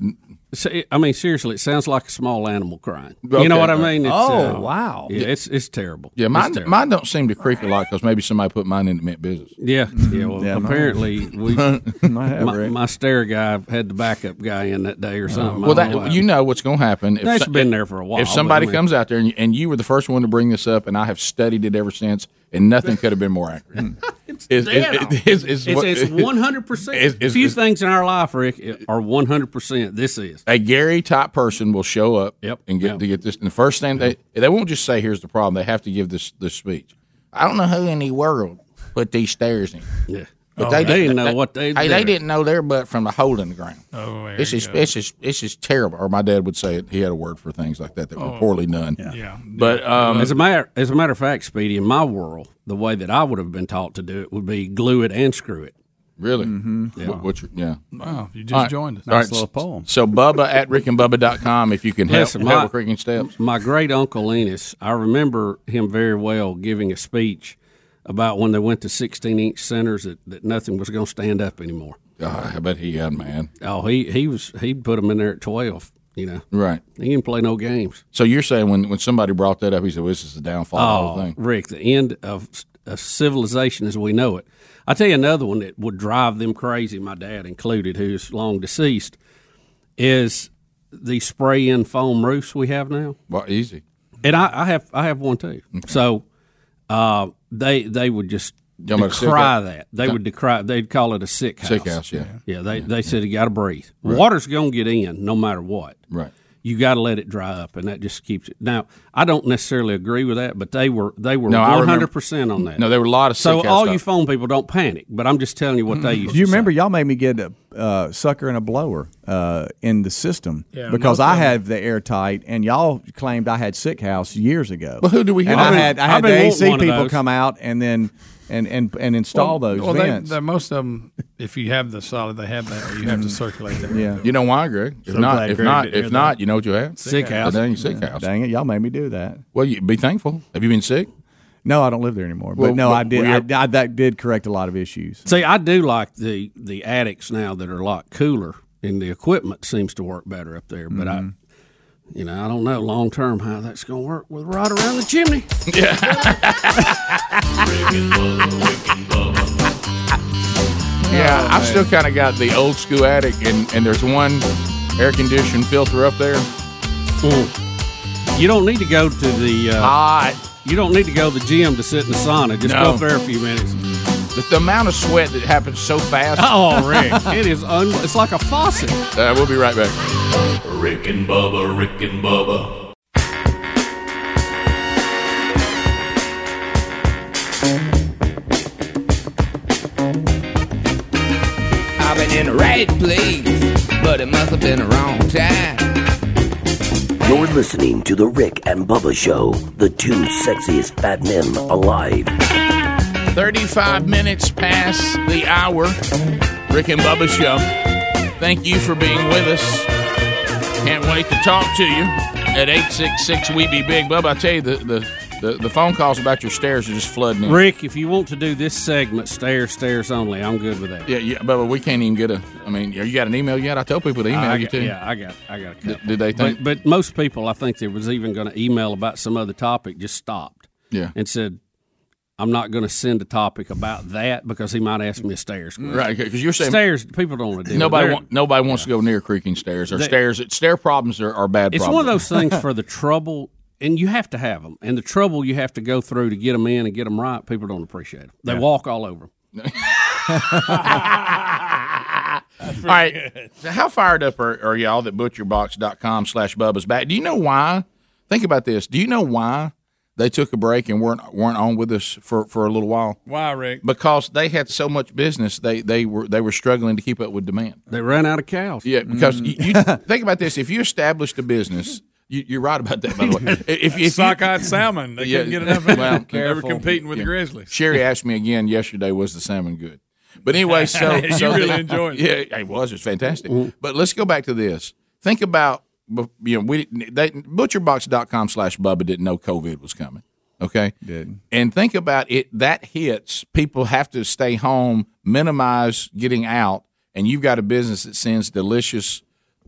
Speaker 13: So, it- I mean, seriously, it sounds like a small animal crying.
Speaker 15: Okay.
Speaker 13: You know what I mean? It's, uh,
Speaker 15: Oh,
Speaker 18: wow.
Speaker 13: Yeah, it's it's terrible.
Speaker 15: Yeah,
Speaker 13: It's
Speaker 15: mine,
Speaker 13: terrible.
Speaker 15: mine don't seem to creak a lot because maybe somebody put mine into mint business.
Speaker 13: Yeah, yeah. Well,
Speaker 15: Mm-hmm. Yeah, mine-
Speaker 13: apparently, we,
Speaker 15: Might have,
Speaker 13: my,
Speaker 15: Rick.
Speaker 13: my stair guy had the backup guy in that
Speaker 15: Oh.
Speaker 13: day or something.
Speaker 15: well,
Speaker 13: I don't know
Speaker 15: that
Speaker 13: why.
Speaker 15: you know what's going to happen.
Speaker 13: That's
Speaker 15: so-
Speaker 13: been there for a while,
Speaker 15: If
Speaker 13: but
Speaker 15: somebody
Speaker 13: I mean-
Speaker 15: comes out there and you, and you were the first one to bring this up, and I have studied it ever since, and nothing could have been more
Speaker 13: Hmm.
Speaker 15: accurate. it's
Speaker 13: dead on. It's-
Speaker 15: what-
Speaker 13: it's 100%. Few things in our life, Rick, are one hundred percent. This is
Speaker 15: a Gary type person will show up and get to get this. And the first thing they they won't just say, "Here's the problem." They have to give this this speech. I don't know who in the world put these stairs in.
Speaker 13: Yeah,
Speaker 15: but
Speaker 13: Oh,
Speaker 15: they,
Speaker 13: they
Speaker 15: didn't
Speaker 13: know what they
Speaker 15: Hey,
Speaker 13: did.
Speaker 15: they didn't know their butt from the hole in the ground.
Speaker 13: Oh, there
Speaker 15: this
Speaker 13: you
Speaker 15: is
Speaker 13: go.
Speaker 15: this is this is terrible. Or my dad would say it. He had a word for things like that that were
Speaker 13: Oh.
Speaker 15: poorly done.
Speaker 13: Yeah.
Speaker 15: But um,
Speaker 13: as a matter as a matter of fact, Speedy, in my world, the way that I would have been taught to do it would be glue it and screw it.
Speaker 15: Really?
Speaker 13: Mm-hmm.
Speaker 15: What- what you- yeah.
Speaker 6: Wow, you just
Speaker 15: All right.
Speaker 6: joined us.
Speaker 15: All right. So Bubba at rickandbubba.com if you can help,
Speaker 13: Listen,
Speaker 15: help
Speaker 13: my-
Speaker 15: with creaking steps.
Speaker 13: My great uncle Enos, I remember him very well giving a speech about when they went to 16 inch centers that, that nothing was going to stand up anymore.
Speaker 15: God, I bet he had man.
Speaker 13: Oh, he he was he'd put them in there at 12. You know,
Speaker 15: Right.
Speaker 13: He didn't play no games.
Speaker 15: So you're saying when, when somebody brought that up, he said, well, "This is the downfall of the whole
Speaker 13: Oh,
Speaker 15: thing."
Speaker 13: Rick, the end of s- of civilization as we know it. I tell you another one that would drive them crazy, my dad included, who's long deceased, is the spray in foam roofs we have now.
Speaker 15: Well, easy.
Speaker 13: And I, I have I have one too. So uh, they they would just
Speaker 15: You want me to stick
Speaker 13: decry
Speaker 15: up?
Speaker 13: that. They
Speaker 15: No.
Speaker 13: would decry. They'd call it a sick house.
Speaker 15: Sick house, yeah.
Speaker 13: Yeah. They they said you got to breathe. Water's gonna get in no matter what.
Speaker 15: Right.
Speaker 13: You got to let it dry up, and that just keeps it. Now, I don't necessarily agree with that, but they were they were
Speaker 15: No, I
Speaker 13: one
Speaker 15: remember-
Speaker 13: hundred percent on that.
Speaker 15: No, there were a lot of
Speaker 13: so
Speaker 15: sick house
Speaker 13: all you
Speaker 15: stuff.
Speaker 13: phone people don't panic, but I'm just telling you what they used.
Speaker 18: Do you remember y'all made me get a uh, sucker and a blower uh, in the system
Speaker 13: Yeah,
Speaker 18: because
Speaker 13: no
Speaker 18: I
Speaker 13: kidding.
Speaker 18: have the airtight, and y'all claimed I had sick house years ago.
Speaker 15: Well, who do we
Speaker 18: And
Speaker 15: have?
Speaker 18: I
Speaker 15: I've been-
Speaker 18: had I
Speaker 15: I've
Speaker 18: had
Speaker 15: been
Speaker 18: the
Speaker 15: wanting
Speaker 18: AC
Speaker 15: one of
Speaker 18: people
Speaker 15: those.
Speaker 18: come out and then and and and install those
Speaker 17: well, they,
Speaker 18: vents.
Speaker 17: they, most of them, if you have the solid, they have that. You have to circulate that.
Speaker 15: You know why, Greg? If
Speaker 17: So
Speaker 15: not,
Speaker 17: glad
Speaker 15: if
Speaker 17: Greg
Speaker 15: not,
Speaker 17: didn't hear
Speaker 15: if not,
Speaker 17: that.
Speaker 15: you know what you have?
Speaker 17: Sick house.
Speaker 15: The dang sick house.
Speaker 18: Dang it, y'all made me do that.
Speaker 15: Well, you be thankful. Have you been sick?
Speaker 18: No, I don't live there anymore. But
Speaker 13: Well,
Speaker 18: no,
Speaker 13: but
Speaker 18: I did.
Speaker 13: we
Speaker 18: I,
Speaker 13: are-
Speaker 18: I, that did correct a lot of issues.
Speaker 13: See, I do like the the attics now that are a lot cooler, and the equipment seems to work better up there. But
Speaker 18: Mhm.
Speaker 13: I,
Speaker 15: Mm-hmm.
Speaker 13: you know, I don't know long term how that's going to work with right around the chimney.
Speaker 15: Yeah. Yeah, I've still kind of got the old school attic, and, and there's one air conditioned filter up there.
Speaker 17: Oh.
Speaker 15: Mm.
Speaker 13: You don't need to go to the uh,
Speaker 15: hot.
Speaker 13: You don't need to go to the gym to sit in the sauna. Just
Speaker 15: Ah. No.
Speaker 13: go up there a few minutes.
Speaker 15: The, the amount of sweat that happens so fast.
Speaker 13: Oh, Rick, it is un- it's like a faucet.
Speaker 15: Uh, we'll be right back.
Speaker 10: Rick and Bubba, Rick and Bubba,
Speaker 19: I've been in the right place, but it must have been the wrong time.
Speaker 2: You're listening to The Rick and Bubba Show, the two sexiest fat men alive.
Speaker 15: 35 minutes past the hour. Rick and Bubba Show. Thank you for being with us. Can't wait to talk to you at 866 We Be Big. Bubba, I tell you, the, the, the, the phone calls about your stairs are just flooding in.
Speaker 13: Rick, if you want to do this segment, stairs, stairs only. I'm good with that.
Speaker 15: Yeah, yeah, Bubba, we can't even get a. I mean, you got an email yet? I tell people to email
Speaker 13: I
Speaker 15: you
Speaker 13: got-
Speaker 15: too.
Speaker 13: Uh, yeah, I got, I got. A
Speaker 15: Did, did they think?
Speaker 13: But, but most people, I think, there was even going to email about some other topic, just stopped.
Speaker 15: Yeah.
Speaker 13: and said, "I'm not going to send a topic about that because he might ask me a stairs question."
Speaker 15: Right, 'cause you're saying-
Speaker 13: stairs. People don't want to do.
Speaker 15: nobody,
Speaker 13: They're-
Speaker 15: want, nobody wants to go near creaking stairs or
Speaker 13: They-
Speaker 15: stairs. Stair problems are, are bad.
Speaker 13: It's
Speaker 15: problems.
Speaker 13: one of those things for the trouble, and you have to have them, and the trouble you have to go through to get them in and get them right. People don't appreciate them. They
Speaker 15: Yeah.
Speaker 13: walk all over 'em.
Speaker 15: All right. So how fired up are, are y'all that butcherbox.com slash Bubba's back? Do you know why? Think about this. Do you know why they took a break and weren't weren't on with us for, for a little while?
Speaker 6: Why, Rick?
Speaker 15: Because they had so much business, they, they were they were struggling to keep up with demand.
Speaker 13: They ran out of cows.
Speaker 15: Yeah, because you, you think about this: if you established a business, you, you're right about that. By the way, if, if
Speaker 6: Sockeye salmon. They couldn't get enough of
Speaker 15: well,
Speaker 6: it. They were competing with the Grizzlies.
Speaker 15: Sherry asked me again yesterday, was the salmon good? But anyway, so
Speaker 6: You
Speaker 15: so
Speaker 6: really
Speaker 15: the-
Speaker 6: enjoyed it.
Speaker 15: Yeah, it was. It was fantastic. But let's go back to this. Think about bu- you know we they, butcherbox.com slash Bubba didn't know COVID was coming. Okay,
Speaker 18: Did.
Speaker 15: and think about it. That hits people have to stay home, minimize getting out, and you've got a business that sends delicious.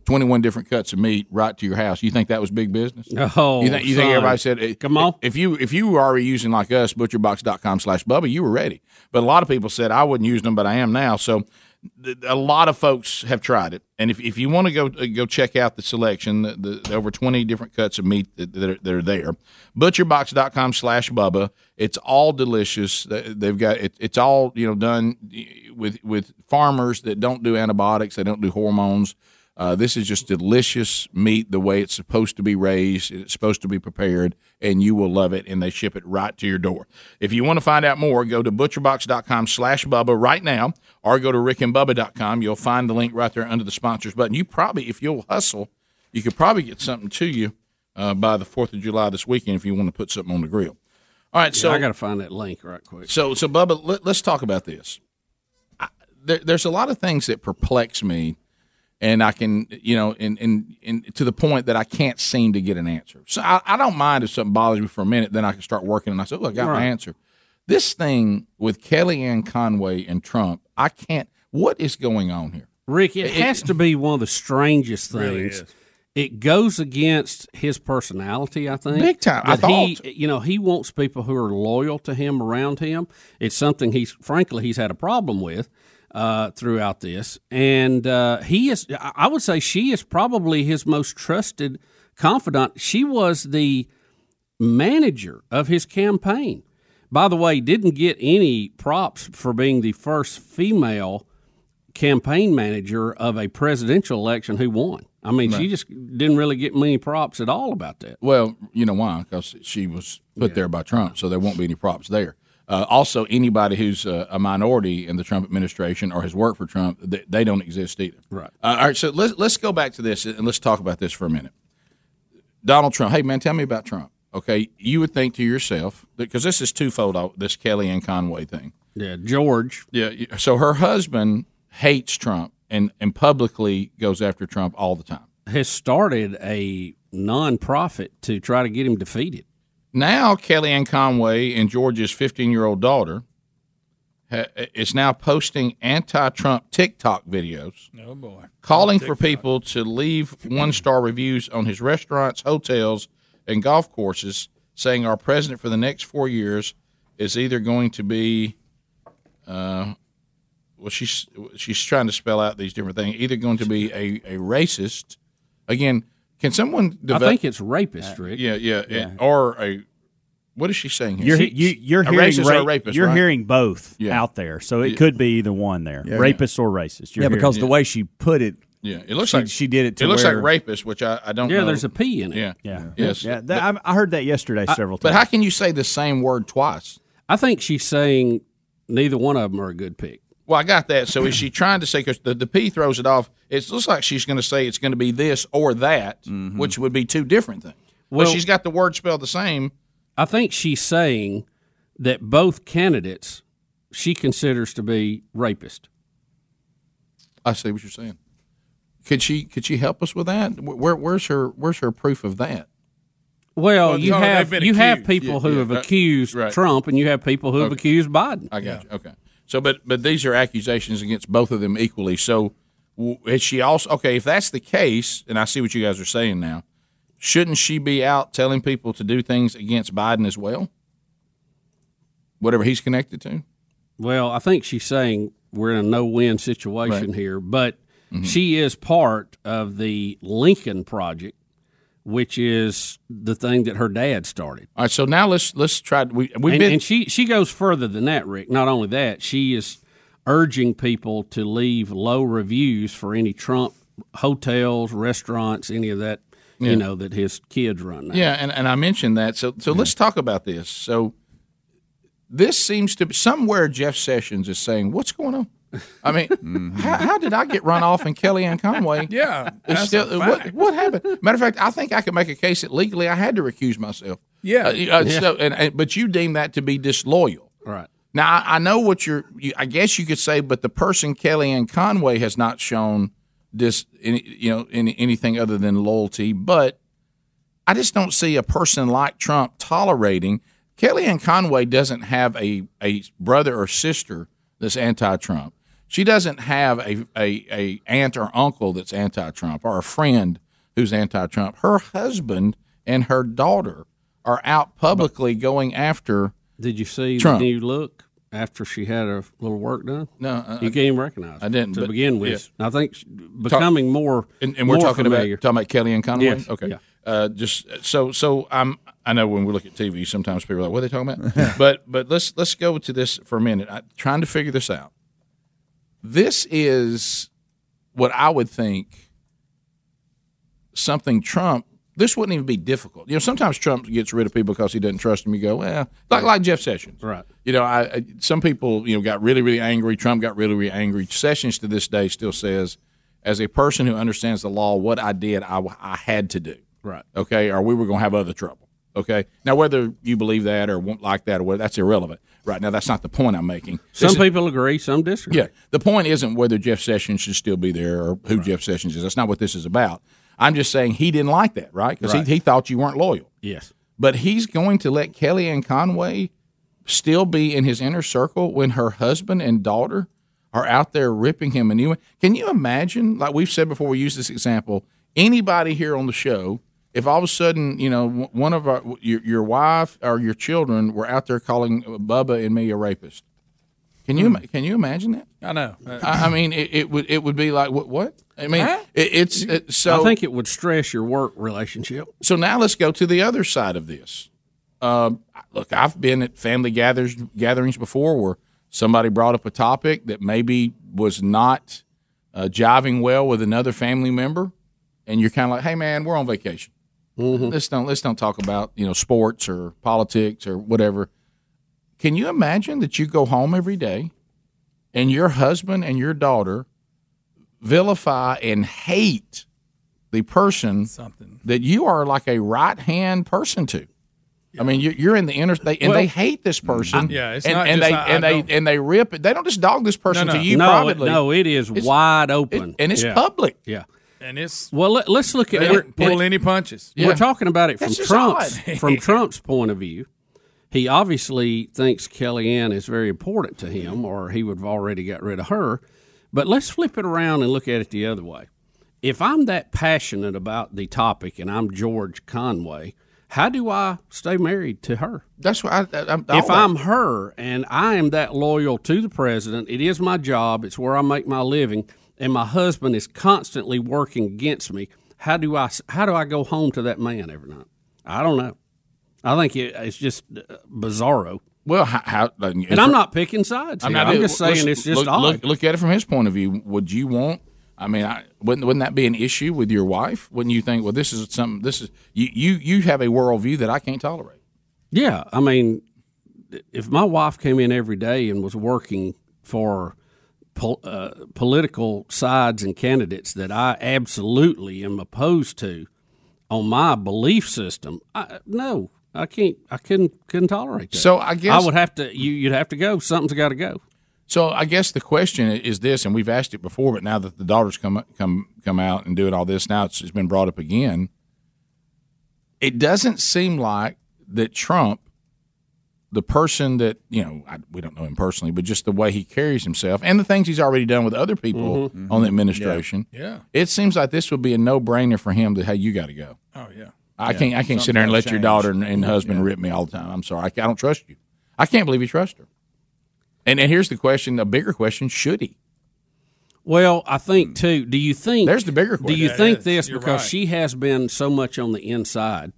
Speaker 15: 21 different cuts of meat right to your house. You think that was big business?
Speaker 13: Oh,
Speaker 15: you think, you think
Speaker 13: son.
Speaker 15: everybody said, eh,
Speaker 13: Come on.
Speaker 15: If you if you were already using like us, butcherbox.com slash Bubba, you were ready. But a lot of people said, I wouldn't use them, but I am now. So th- a lot of folks have tried it. And if, if you want to go uh, go check out the selection, the, the, the over 20 different cuts of meat that, that, are, that are there, butcherbox.com slash Bubba. It's all delicious. They- They've got it, it's all you know done with with farmers that don't do antibiotics, they don't do hormones. Uh, this is just delicious meat the way it's supposed to be raised. It's supposed to be prepared, and you will love it. And they ship it right to your door. If you want to find out more, go to butcherbox.com slash Bubba right now or go to rickandbubba.com. You'll find the link right there under the sponsors button. You probably, if you'll hustle, you could probably get something to you uh, by the 4th of July this weekend if you want to put something on the grill. All right,
Speaker 13: Yeah,
Speaker 15: so
Speaker 13: I got to find that link right quick.
Speaker 15: so, so Bubba, let, us talk about this. I, there, there's a lot of things that perplex me, and I can, you know, and, and, and to the point that I can't seem to get an answer. So I, I don't mind if something bothers me for a minute, then I can start working, and I say, look, I got
Speaker 6: Right.
Speaker 15: my answer. This thing with Kellyanne Conway and Trump, I can't. What is going on here?
Speaker 13: Rick, it, has to be one of the strangest things.
Speaker 15: Really is.
Speaker 13: It goes against his personality, I think.
Speaker 15: Big time. I
Speaker 13: That he, you know, he wants people who are loyal to him around him. It's something he's, frankly, he's had a problem with. uh, throughout this, and uh, he is. I I would say she is probably his most trusted confidant. She was the manager of his campaign. By the way, didn't get any props for being the first female campaign manager of a presidential election who won. I mean, she
Speaker 15: Right.
Speaker 13: just didn't really get many props at all about that.
Speaker 15: Well, you know why? Because she was put there by Trump, so there won't be any props there. Uh, also, anybody who's a, a minority in the Trump administration or has worked for Trump, they, they don't exist either.
Speaker 13: Right.
Speaker 15: Uh, all right, so let's let's go back to this and let's talk about this for a minute. Donald Trump. Hey man, tell me about Trump. Okay, you would think to yourself because this is twofold. uh, This Kellyanne Conway thing.
Speaker 13: Yeah, George.
Speaker 15: Yeah. y- So her husband hates Trump and and publicly goes after Trump all the time.
Speaker 13: Has started a nonprofit to try to get him defeated.
Speaker 15: Now Kellyanne Conway and George's 15 year old daughter ha- is now posting anti Trump TikTok videos.
Speaker 17: Oh boy.
Speaker 15: calling for people to leave one star reviews on his restaurants, hotels, and golf courses, saying our president for the next four years is either going to be, uh, well, she's she's trying to spell out these different things. Either going to be a, a racist, again. Can someone?
Speaker 13: I
Speaker 15: Develop, Uh,
Speaker 13: think it's rapist, Rick.
Speaker 15: Yeah, yeah,
Speaker 13: Yeah.
Speaker 15: or a. What is she saying here?
Speaker 5: You're you, you're
Speaker 15: a
Speaker 5: hearing
Speaker 15: racist or a
Speaker 5: ra-
Speaker 15: rapist.
Speaker 5: You're
Speaker 15: right?
Speaker 5: hearing both
Speaker 15: Yeah.
Speaker 5: out there, so it
Speaker 15: Yeah.
Speaker 5: could be either one there,
Speaker 15: Yeah.
Speaker 5: rapist or racist. You're
Speaker 18: yeah, because the
Speaker 5: hearing-
Speaker 18: way she put it,
Speaker 15: Yeah, it looks
Speaker 18: she,
Speaker 15: like
Speaker 18: she did it. To
Speaker 15: It looks
Speaker 18: where,
Speaker 15: like rapist, which I, I don't.
Speaker 18: Yeah,
Speaker 15: know.
Speaker 18: there's a
Speaker 13: P in it.
Speaker 15: Yeah,
Speaker 5: yeah,
Speaker 15: yes,
Speaker 5: yeah. That, I'm- I heard that yesterday
Speaker 13: I-
Speaker 5: several
Speaker 15: But
Speaker 5: times.
Speaker 15: how can you say the same word twice?
Speaker 13: I think she's saying neither one of them are a good pick.
Speaker 15: Well, I got that. So is she trying to say because the, the P throws it off? It looks like she's going to say it's going to be this or that,
Speaker 18: Mm-hmm.
Speaker 15: which would be two different things. Well,
Speaker 13: Well-
Speaker 15: she's got the word spelled the same.
Speaker 13: I think she's saying that both candidates she considers to be rapist.
Speaker 15: I see what you're saying. Could she could she help us with that? Wh- Where, where's her where's her proof of that?
Speaker 13: Well,
Speaker 15: Well,
Speaker 13: you
Speaker 15: no,
Speaker 13: have
Speaker 15: they've
Speaker 13: you
Speaker 15: been
Speaker 13: have
Speaker 15: accused.
Speaker 13: people
Speaker 15: Yeah,
Speaker 13: who
Speaker 15: yeah,
Speaker 13: have
Speaker 15: that-
Speaker 13: accused
Speaker 15: right.
Speaker 13: Trump, and you have people who have
Speaker 15: Okay.
Speaker 13: accused Biden.
Speaker 15: I got you. Okay. So, but but these are accusations against both of them equally. So, w- is she also okay? If that's the case, and I see what you guys are saying now, shouldn't she be out telling people to do things against Biden as well? Whatever he's connected to.
Speaker 13: Well, I think she's saying we're in a no-win situation
Speaker 15: Right. Mm-hmm.
Speaker 13: here, but she is part of the Lincoln Project, which is the thing that her dad started.
Speaker 15: All right. So now let's let's try. We we've
Speaker 13: and,
Speaker 15: been
Speaker 13: and she she goes further than that, Rick. Not only that, she is urging people to leave low reviews for any Trump hotels, restaurants, any of that.
Speaker 15: Yeah.
Speaker 13: You know that his kids run. Now.
Speaker 15: Yeah, and, and I mentioned that. So so let's talk about this. So this seems to be somewhere Jeff Sessions is saying, What's going on? I mean, how, how did I get run off and Kellyanne Conway?
Speaker 6: Yeah,
Speaker 15: It's
Speaker 6: that's
Speaker 15: still,
Speaker 6: a
Speaker 15: what,
Speaker 6: fact.
Speaker 15: what happened? Matter of fact, I think I could make a case that legally I had to recuse myself. Uh,
Speaker 6: Yeah.
Speaker 15: uh,
Speaker 6: Yeah.
Speaker 15: So, and, and- but you deem that to be disloyal.
Speaker 13: Right.
Speaker 15: Now, I, I know what you're, you, I guess you could say, but the person Kellyanne Conway has not shown this, any, you know, any, anything other than loyalty. But I just don't see a person like Trump tolerating. Kellyanne Conway doesn't have a, a brother or sister that's anti Trump. She doesn't have a, a, a aunt or uncle that's anti Trump or a friend who's anti Trump. Her husband and her daughter are out publicly going after
Speaker 13: Did you see
Speaker 15: Trump.
Speaker 13: the new look after she had her little work done?
Speaker 15: No, uh, I-
Speaker 13: you can't even recognize.
Speaker 15: I didn't,
Speaker 13: to
Speaker 15: but-
Speaker 13: begin with. I think she-
Speaker 15: Talk-
Speaker 13: becoming more
Speaker 15: and, and we're
Speaker 13: more
Speaker 15: talking
Speaker 13: familiar.
Speaker 15: about talking about Kelly and Conway.
Speaker 13: Yes,
Speaker 15: Okay.
Speaker 13: yeah.
Speaker 15: Uh, just so so I'm I know when we look at TV, sometimes people are like, "What are they talking about?" but but let's let's go to this for a minute. I, trying to figure this out. This is what I would think something Trump. This wouldn't even be difficult. You know, sometimes Trump gets rid of people because he doesn't trust them. You go, well, like like Jeff Sessions.
Speaker 13: right.
Speaker 15: You know, I, I some people you know got really really angry. Trump got really really angry. Sessions to this day still says, as a person who understands the law, what I did, I, I had to do.
Speaker 13: Right.
Speaker 15: Okay, or we were going to have other trouble. Okay. Now whether you believe that or won't like that or whether that's irrelevant. Right now, that's not the point I'm making.
Speaker 13: Some
Speaker 15: This is-
Speaker 13: people agree, some disagree.
Speaker 15: yeah. The point isn't whether Jeff Sessions should still be there or who Jeff Sessions is. That's not what this is about. I'm just saying he didn't like that, right? Because
Speaker 13: Right.
Speaker 15: he, he thought you weren't loyal.
Speaker 13: Yes.
Speaker 15: But he's going to let Kellyanne Conway still be in his inner circle when her husband and daughter are out there ripping him a new one. Can you imagine? Like we've said before, we use this example. Anybody here on the show, if all of a sudden, you know, w- one of our, your, your wife or your children were out there calling Bubba and me a rapist, Can you ima- can you imagine that?
Speaker 17: Hmm. I know.
Speaker 15: I, I mean, it, it would it would be like what? what? I mean,
Speaker 17: Huh?
Speaker 15: it, it's it, so.
Speaker 13: I think it would stress your work relationship.
Speaker 15: So now let's go to the other side of this. Uh, look, I've been at family gathers, gatherings before where somebody brought up a topic that maybe was not uh, jiving well with another family member, and you're kind of like, "Hey, man, we're on vacation.
Speaker 13: Mm-hmm.
Speaker 15: Let's don't let's don't talk about you know sports or politics or whatever." Can you imagine that you go home every day, and your husband and your daughter vilify and hate the person that you are like a right hand person to. I mean, you- you're in the inner, they, and
Speaker 17: Well-
Speaker 15: they hate this person.
Speaker 17: Yeah, it's
Speaker 15: and,
Speaker 17: not
Speaker 15: and
Speaker 17: just
Speaker 15: they
Speaker 17: I- I
Speaker 15: and they
Speaker 17: don't-
Speaker 15: and they rip it. They don't just dog this person
Speaker 17: No, no.
Speaker 15: to you
Speaker 13: no,
Speaker 15: privately.
Speaker 13: It, no, it is
Speaker 15: It's-
Speaker 13: wide open,
Speaker 15: it- and it's
Speaker 13: Yeah.
Speaker 15: public.
Speaker 13: Yeah.
Speaker 17: And it's
Speaker 13: Well, let, us look at
Speaker 17: They
Speaker 13: we're-
Speaker 17: don't pull any punches.
Speaker 13: We're
Speaker 17: Yeah.
Speaker 13: talking about it from
Speaker 17: That's just
Speaker 13: Trump's
Speaker 17: odd.
Speaker 13: from Trump's point of view. He obviously thinks Kellyanne is very important to him, or he would have already got rid of her. But let's flip it around and look at it the other way. If I'm that passionate about the topic, and I'm George Conway, how do I stay married to her?
Speaker 15: That's why. I, I, I'm,
Speaker 13: if I'm her and I am that loyal to the president, it is my job, it's where I make my living, and my husband is constantly working against me. How do I how do I go home to that man every night? I don't know. I think it, it's just uh, bizarro.
Speaker 15: Well, how, uh,
Speaker 13: and I'm not picking sides.
Speaker 15: I'm
Speaker 13: here.
Speaker 15: not.
Speaker 13: I'm just saying
Speaker 15: listen,
Speaker 13: it's just
Speaker 15: look,
Speaker 13: odd.
Speaker 15: Look, look at it from his point of view. Would you want? I mean, I, wouldn't wouldn't that be an issue with your wife? Wouldn't you think? Well, this is something. This is you. You you have a worldview that I can't tolerate.
Speaker 13: Yeah, I mean, if my wife came in every day and was working for pol- uh, political sides and candidates that I absolutely am opposed to on my belief system, I, no, I can't. I couldn't couldn't tolerate that.
Speaker 15: So I guess-
Speaker 13: I would have to. You, you'd have to go. Something's got to go.
Speaker 15: So I guess the question is this, and we've asked it before, but now that the daughters come come come out and doing all this, now it's, it's been brought up again. It doesn't seem like that Trump, the person that you know, I, we don't know him personally, but just the way he carries himself and the things he's already done with other people
Speaker 17: Mhm.
Speaker 15: on the administration,
Speaker 17: Yeah.
Speaker 15: it seems like this would be a no brainer for him. That hey, you got to go.
Speaker 17: Oh yeah.
Speaker 15: I can't I can't sit there and let your daughter and, and husband rip me all the time. I'm sorry, I, ca- I don't trust you. I can't believe he trusts her. And and here's the question, a bigger question: Should he?
Speaker 13: Well, I think too. Do you think
Speaker 15: Hmm. there's the bigger
Speaker 13: Do
Speaker 15: question?
Speaker 13: you think this because she has been so much on the inside,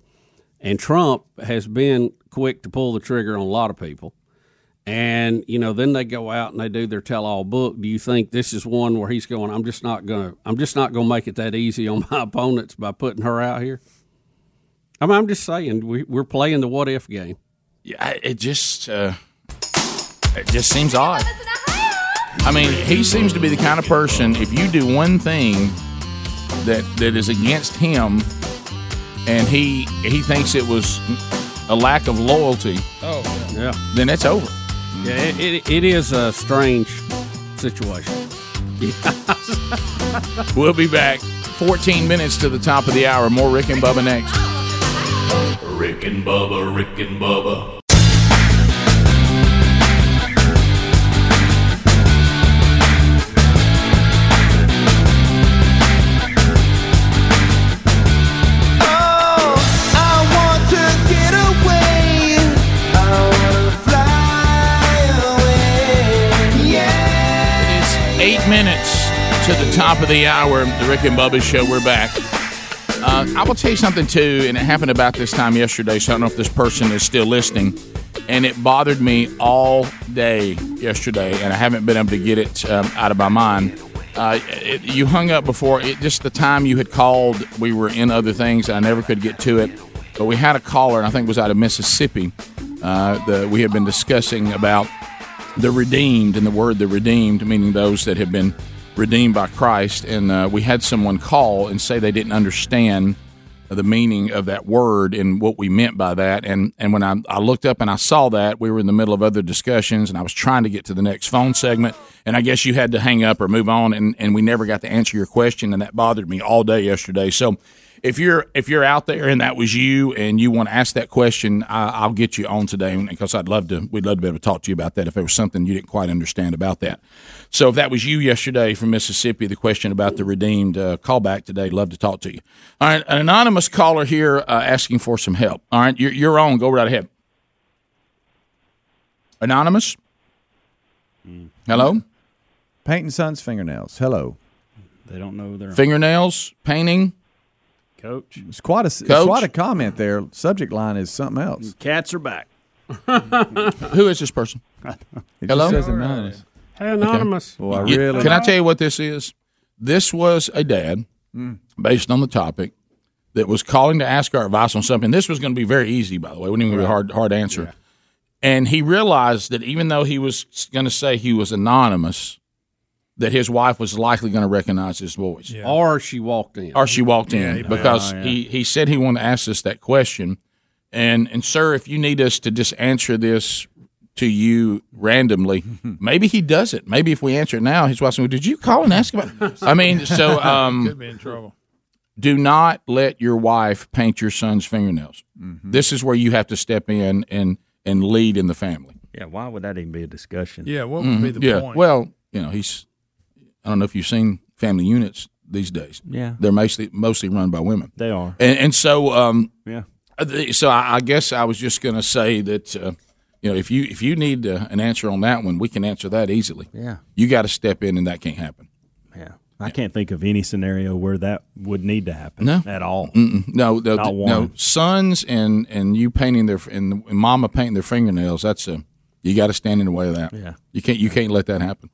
Speaker 13: and Trump has been quick to pull the trigger on a lot of people, and you know then they go out and they do their tell-all book. Do you think this is one where he's going? I'm just not gonna. I'm just not gonna make it that easy on my opponents by putting her out here. I mean, I'm just saying we, we're playing the what if game.
Speaker 15: Yeah, it just uh, it just seems odd. I mean, he seems to be the kind of person. If you do one thing that that is against him, and he he thinks it was a lack of loyalty,
Speaker 17: Oh
Speaker 13: yeah.
Speaker 15: then it's over.
Speaker 13: Yeah, it, it, it is a strange situation.
Speaker 15: We'll be back. 14 minutes to the top of the hour. More Rick and Bubba next.
Speaker 10: Rick and Bubba, Rick and Bubba.
Speaker 3: Oh,
Speaker 16: I want to get away. I
Speaker 3: Oh,
Speaker 16: wanna fly away. Yeah.
Speaker 15: Eight minutes to the top of the hour. The Rick and Bubba Show. We're back. Uh, I will tell you something too, and it happened about this time yesterday. So I don't know if this person is still listening, and it bothered me all day yesterday, and I haven't been able to get it um, out of my mind. Uh, it, you hung up before it, just the time you had called. We were in other things. I never could get to it, but we had a caller, and I think it was out of Mississippi. Uh, that we had been discussing about the redeemed, and the word the redeemed, meaning those that have been redeemed by Christ. And uh, we had someone call and say they didn't understand the meaning of that word and what we meant by that. And and when I, I looked up and I saw that, we were in the middle of other discussions, and I was trying to get to the next phone segment. And I guess you had to hang up or move on, and, and we never got to answer your question, and that bothered me all day yesterday. So. If you're if you're out there and that was you and you want to ask that question, I, I'll get you on today because I'd love to. We'd love to be able to talk to you about that if there was something you didn't quite understand about that. So if that was you yesterday from Mississippi, the question about the redeemed uh, callback today, love to talk to you. All right, an anonymous caller here uh, asking for some help. All right, you're, you're on. Go right ahead. Anonymous.
Speaker 18: Hmm.
Speaker 15: Hello?
Speaker 18: Painting son's fingernails. Hello.
Speaker 5: They don't know their
Speaker 15: Fingernails, painting.
Speaker 5: Coach.
Speaker 18: It's quite a it's
Speaker 15: Coach?
Speaker 18: quite a comment there. Subject line is something else.
Speaker 5: Cats are back.
Speaker 15: Who is this person?
Speaker 18: It
Speaker 15: Hello?
Speaker 18: just says anonymous.
Speaker 13: Hey, anonymous.
Speaker 18: Well, I
Speaker 15: You-
Speaker 18: really
Speaker 15: can I tell you what this is? This was a dad,
Speaker 13: Mm.
Speaker 15: based on the topic, that was calling to ask our advice on something. This was going to be very easy, by the way. It wasn't even going to be a hard, hard answer. And he realized that even though he was going to say he was anonymous, that his wife was likely going to recognize his voice.
Speaker 13: Or she walked in.
Speaker 15: Or she walked
Speaker 13: Yeah,
Speaker 15: in
Speaker 13: he-
Speaker 15: because
Speaker 13: Oh, yeah.
Speaker 15: he, he said he wanted to ask us that question. And and sir, if you need us to just answer this to you randomly, maybe he does it. Maybe if we answer it now, his wife's going, Did you call and ask about I mean, so
Speaker 17: could
Speaker 15: um,
Speaker 17: be in trouble.
Speaker 15: do not let your wife paint your son's fingernails.
Speaker 13: Mm-hmm.
Speaker 15: This is where you have to step in and and lead in the family.
Speaker 5: Yeah, why would that even be a discussion?
Speaker 17: Yeah, what would be
Speaker 15: Mhm.
Speaker 17: the
Speaker 13: Mm-hmm.
Speaker 15: yeah.
Speaker 17: point?
Speaker 15: Well, you know, he's. I don't know if you've seen family units these days.
Speaker 5: Yeah.
Speaker 15: they're mostly mostly run by women.
Speaker 5: They are.
Speaker 15: and, and so um,
Speaker 5: Yeah.
Speaker 15: uh, the- so I, I guess I was just going to say that uh, you know if you if you need uh, an answer on that one, we can answer that easily.
Speaker 5: Yeah.
Speaker 15: you got to step in, and that can't happen.
Speaker 5: I can't think of any scenario where that would need to happen
Speaker 15: No.
Speaker 5: at all.
Speaker 15: Mm-mm. No, no,
Speaker 5: Not
Speaker 15: th-
Speaker 5: one.
Speaker 15: no. Sons and and you painting their and, and mama painting their fingernails. That's a you got to stand in the way of that.
Speaker 5: Yeah.
Speaker 15: you can't you can't let that happen.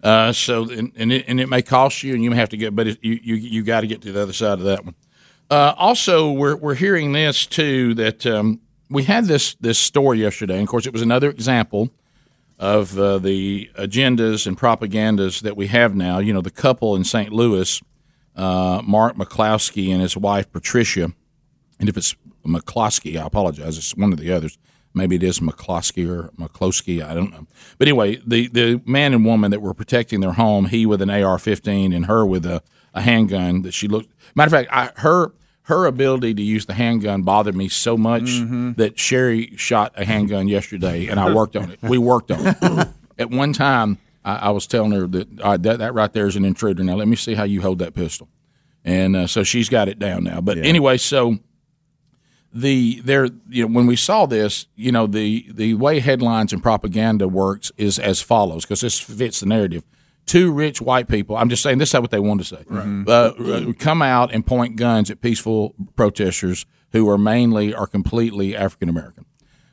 Speaker 15: Uh, so and and it, and it may cost you, and you may have to get, but it, you you you got to get to the other side of that one. Uh, also, we're we're hearing this too that um, we had this this story yesterday. And of course, it was another example of uh, the agendas and propagandas that we have now. You know, the couple in St. Louis, uh, Mark McCloskey and his wife Patricia, and if it's McCloskey, I apologize. It's one of the others. Maybe it is McCloskey or McCloskey. I don't know. But anyway, the, the man and woman that were protecting their home, he with an AR-15 and her with a, a handgun that she looked. Matter of fact, I, her her ability to use the handgun bothered me so much that Sherry shot a handgun yesterday, and I worked on it. We worked on it. At one time, I, I was telling her that, all right, that that right there is an intruder. Now let me see how you hold that pistol. And uh, so she's got it down now. But anyway, so the there you know when we saw this you know the the way headlines and propaganda works is as follows because this fits the narrative two rich white people i'm just saying this is what they want to say uh, uh, come out and point guns at peaceful protesters who are mainly or completely african american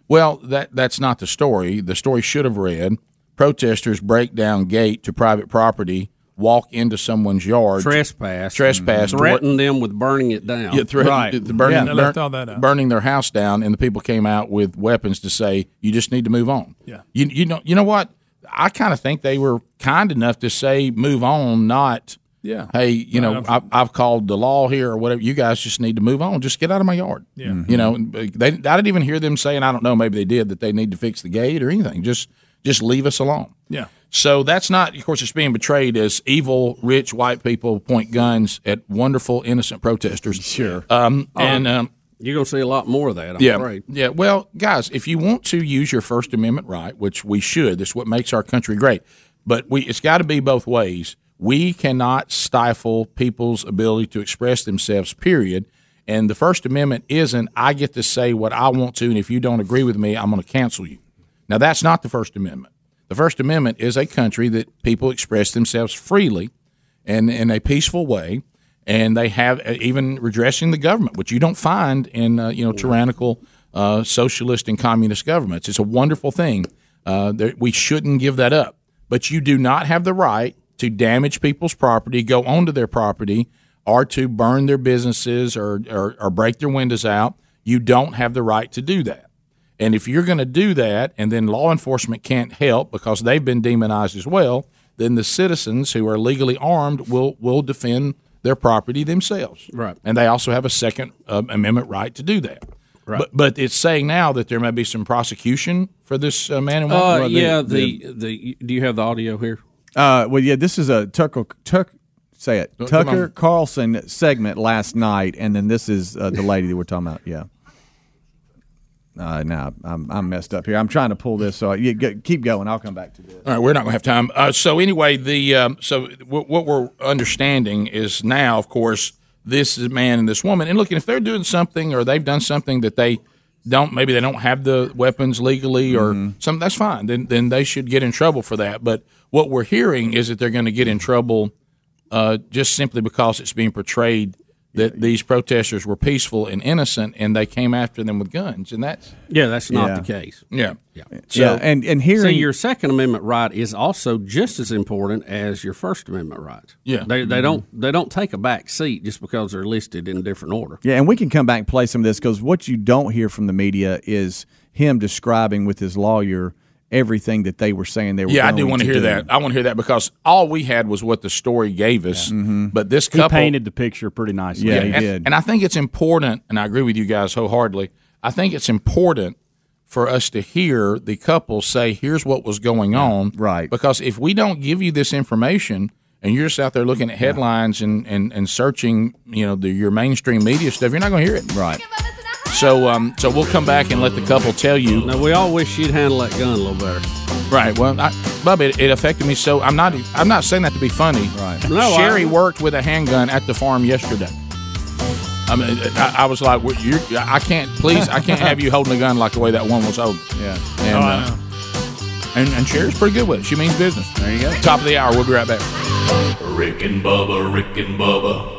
Speaker 15: well that that's not the story the story should have read protesters break down gate to private property walk into someone's yard
Speaker 13: Trespass.
Speaker 15: trespass to what-
Speaker 13: Threaten them with burning it down.
Speaker 15: yeah, threatened, the burning,
Speaker 13: Yeah.
Speaker 15: burn- burning their house down, and the people came out with weapons to say, "You just need to move on."
Speaker 17: Yeah.
Speaker 15: You, you know, you know what? I kind of think they were kind enough to say, "Move on," not,
Speaker 17: Yeah.
Speaker 15: "Hey, you know, I've, I've called the law here or whatever." You guys just need to move on. Just get out of my yard.
Speaker 17: Yeah.
Speaker 13: Mm-hmm.
Speaker 15: You know, and uh, they, I didn't even hear them saying, "I don't know." Maybe they did that. They need to fix the gate or anything. Just, just leave us alone.
Speaker 17: Yeah.
Speaker 15: So that's not, of course, it's being betrayed as evil, rich white people point guns at wonderful, innocent protesters. Sure.
Speaker 13: Uh,
Speaker 15: Um, and um,
Speaker 13: You're going to see a lot more of that, I'm
Speaker 15: yeah,
Speaker 13: afraid.
Speaker 15: yeah. Well, guys, if you want to use your First Amendment right, which we should, that's what makes our country great. But we, it's got to be both ways. We cannot stifle people's ability to express themselves. Period. And the First Amendment isn't I get to say what I want to, and if you don't agree with me, I'm going to cancel you. Now that's not the First Amendment. The First Amendment is a country that people express themselves freely and in a peaceful way, and they have uh, even redressing the government, which you don't find in uh, you know tyrannical uh, socialist and communist governments. It's a wonderful thing. Uh, there, we shouldn't give that up. But you do not have the right to damage people's property, go onto their property, or to burn their businesses or, or, or break their windows out. You don't have the right to do that. And if you're going to do that, and then law enforcement can't help because they've been demonized as well, then the citizens who are legally armed will will defend their property themselves.
Speaker 13: Right.
Speaker 15: And they also have a Second uh, Amendment right to do that. Right. But, but it's saying now that there may be some prosecution for this uh, man and woman.
Speaker 13: Uh,
Speaker 15: Well, the-
Speaker 13: yeah, the, the, do you have the audio here?
Speaker 18: Uh, well, yeah, this is a Tucker Tuck, say it
Speaker 13: Uh, come
Speaker 18: Tucker
Speaker 13: on.
Speaker 18: Carlson segment last night, and then this is uh, the lady that we're talking about. Yeah. Uh, now I'm I'm messed up here. I'm trying to pull this. So yeah, go, keep going. I'll come back to this.
Speaker 15: All right, we're not going to have time. Uh, so anyway, the um, so w- what we're understanding is now, of course, this is man and this woman, and look, if they're doing something or they've done something that they don't maybe they don't have the weapons legally or something. That's fine. Then then they should get in trouble for that. But what we're hearing is that they're going to get in trouble uh, just simply because it's being portrayed that these protesters were peaceful and innocent and they came after them with guns and that's
Speaker 13: Yeah, that's not the case.
Speaker 15: yeah
Speaker 13: yeah
Speaker 15: So-
Speaker 13: here, so your Second Amendment right is also just as important as your First Amendment right.
Speaker 15: Yeah.
Speaker 13: they, they don't they don't take a back seat just because they're listed in different order.
Speaker 18: Yeah, and we can come back and play some of this because what you don't hear from the media is him describing with his lawyer everything that they were saying they were.
Speaker 15: yeah, I do
Speaker 18: going
Speaker 15: want to hear
Speaker 18: do.
Speaker 15: that. I want to hear that because all we had was what the story gave us. But this
Speaker 5: He
Speaker 15: couple
Speaker 5: painted the picture pretty nicely.
Speaker 15: and, And I think it's important, and I agree with you guys wholeheartedly. I think it's important for us to hear the couple say, "Here's what was going on," right? Because if we don't give you this information, and you're just out there looking at headlines and and, and searching, you know, the, your mainstream media stuff, you're not going to hear it,
Speaker 18: right?
Speaker 15: So, um, so we'll come back and let the couple tell you.
Speaker 13: Now we all wish you'd handle that gun a little better.
Speaker 15: Right. Well, I, Bubba, it, it affected me so. I'm not. I'm not saying that to be funny. Right.
Speaker 13: No,
Speaker 15: Sherry
Speaker 13: I-
Speaker 15: worked with a handgun at the farm yesterday. I mean, I, I was like, "What- you're, I can't. Please, I can't have you holding a gun like the way that one was holding.
Speaker 18: Yeah.
Speaker 15: And,
Speaker 16: Oh, I
Speaker 13: uh,
Speaker 16: know.
Speaker 15: and and Sherry's pretty good with it. She means business. There you go. Top of the hour. We'll be right back.
Speaker 10: Rick and Bubba, Rick and Bubba.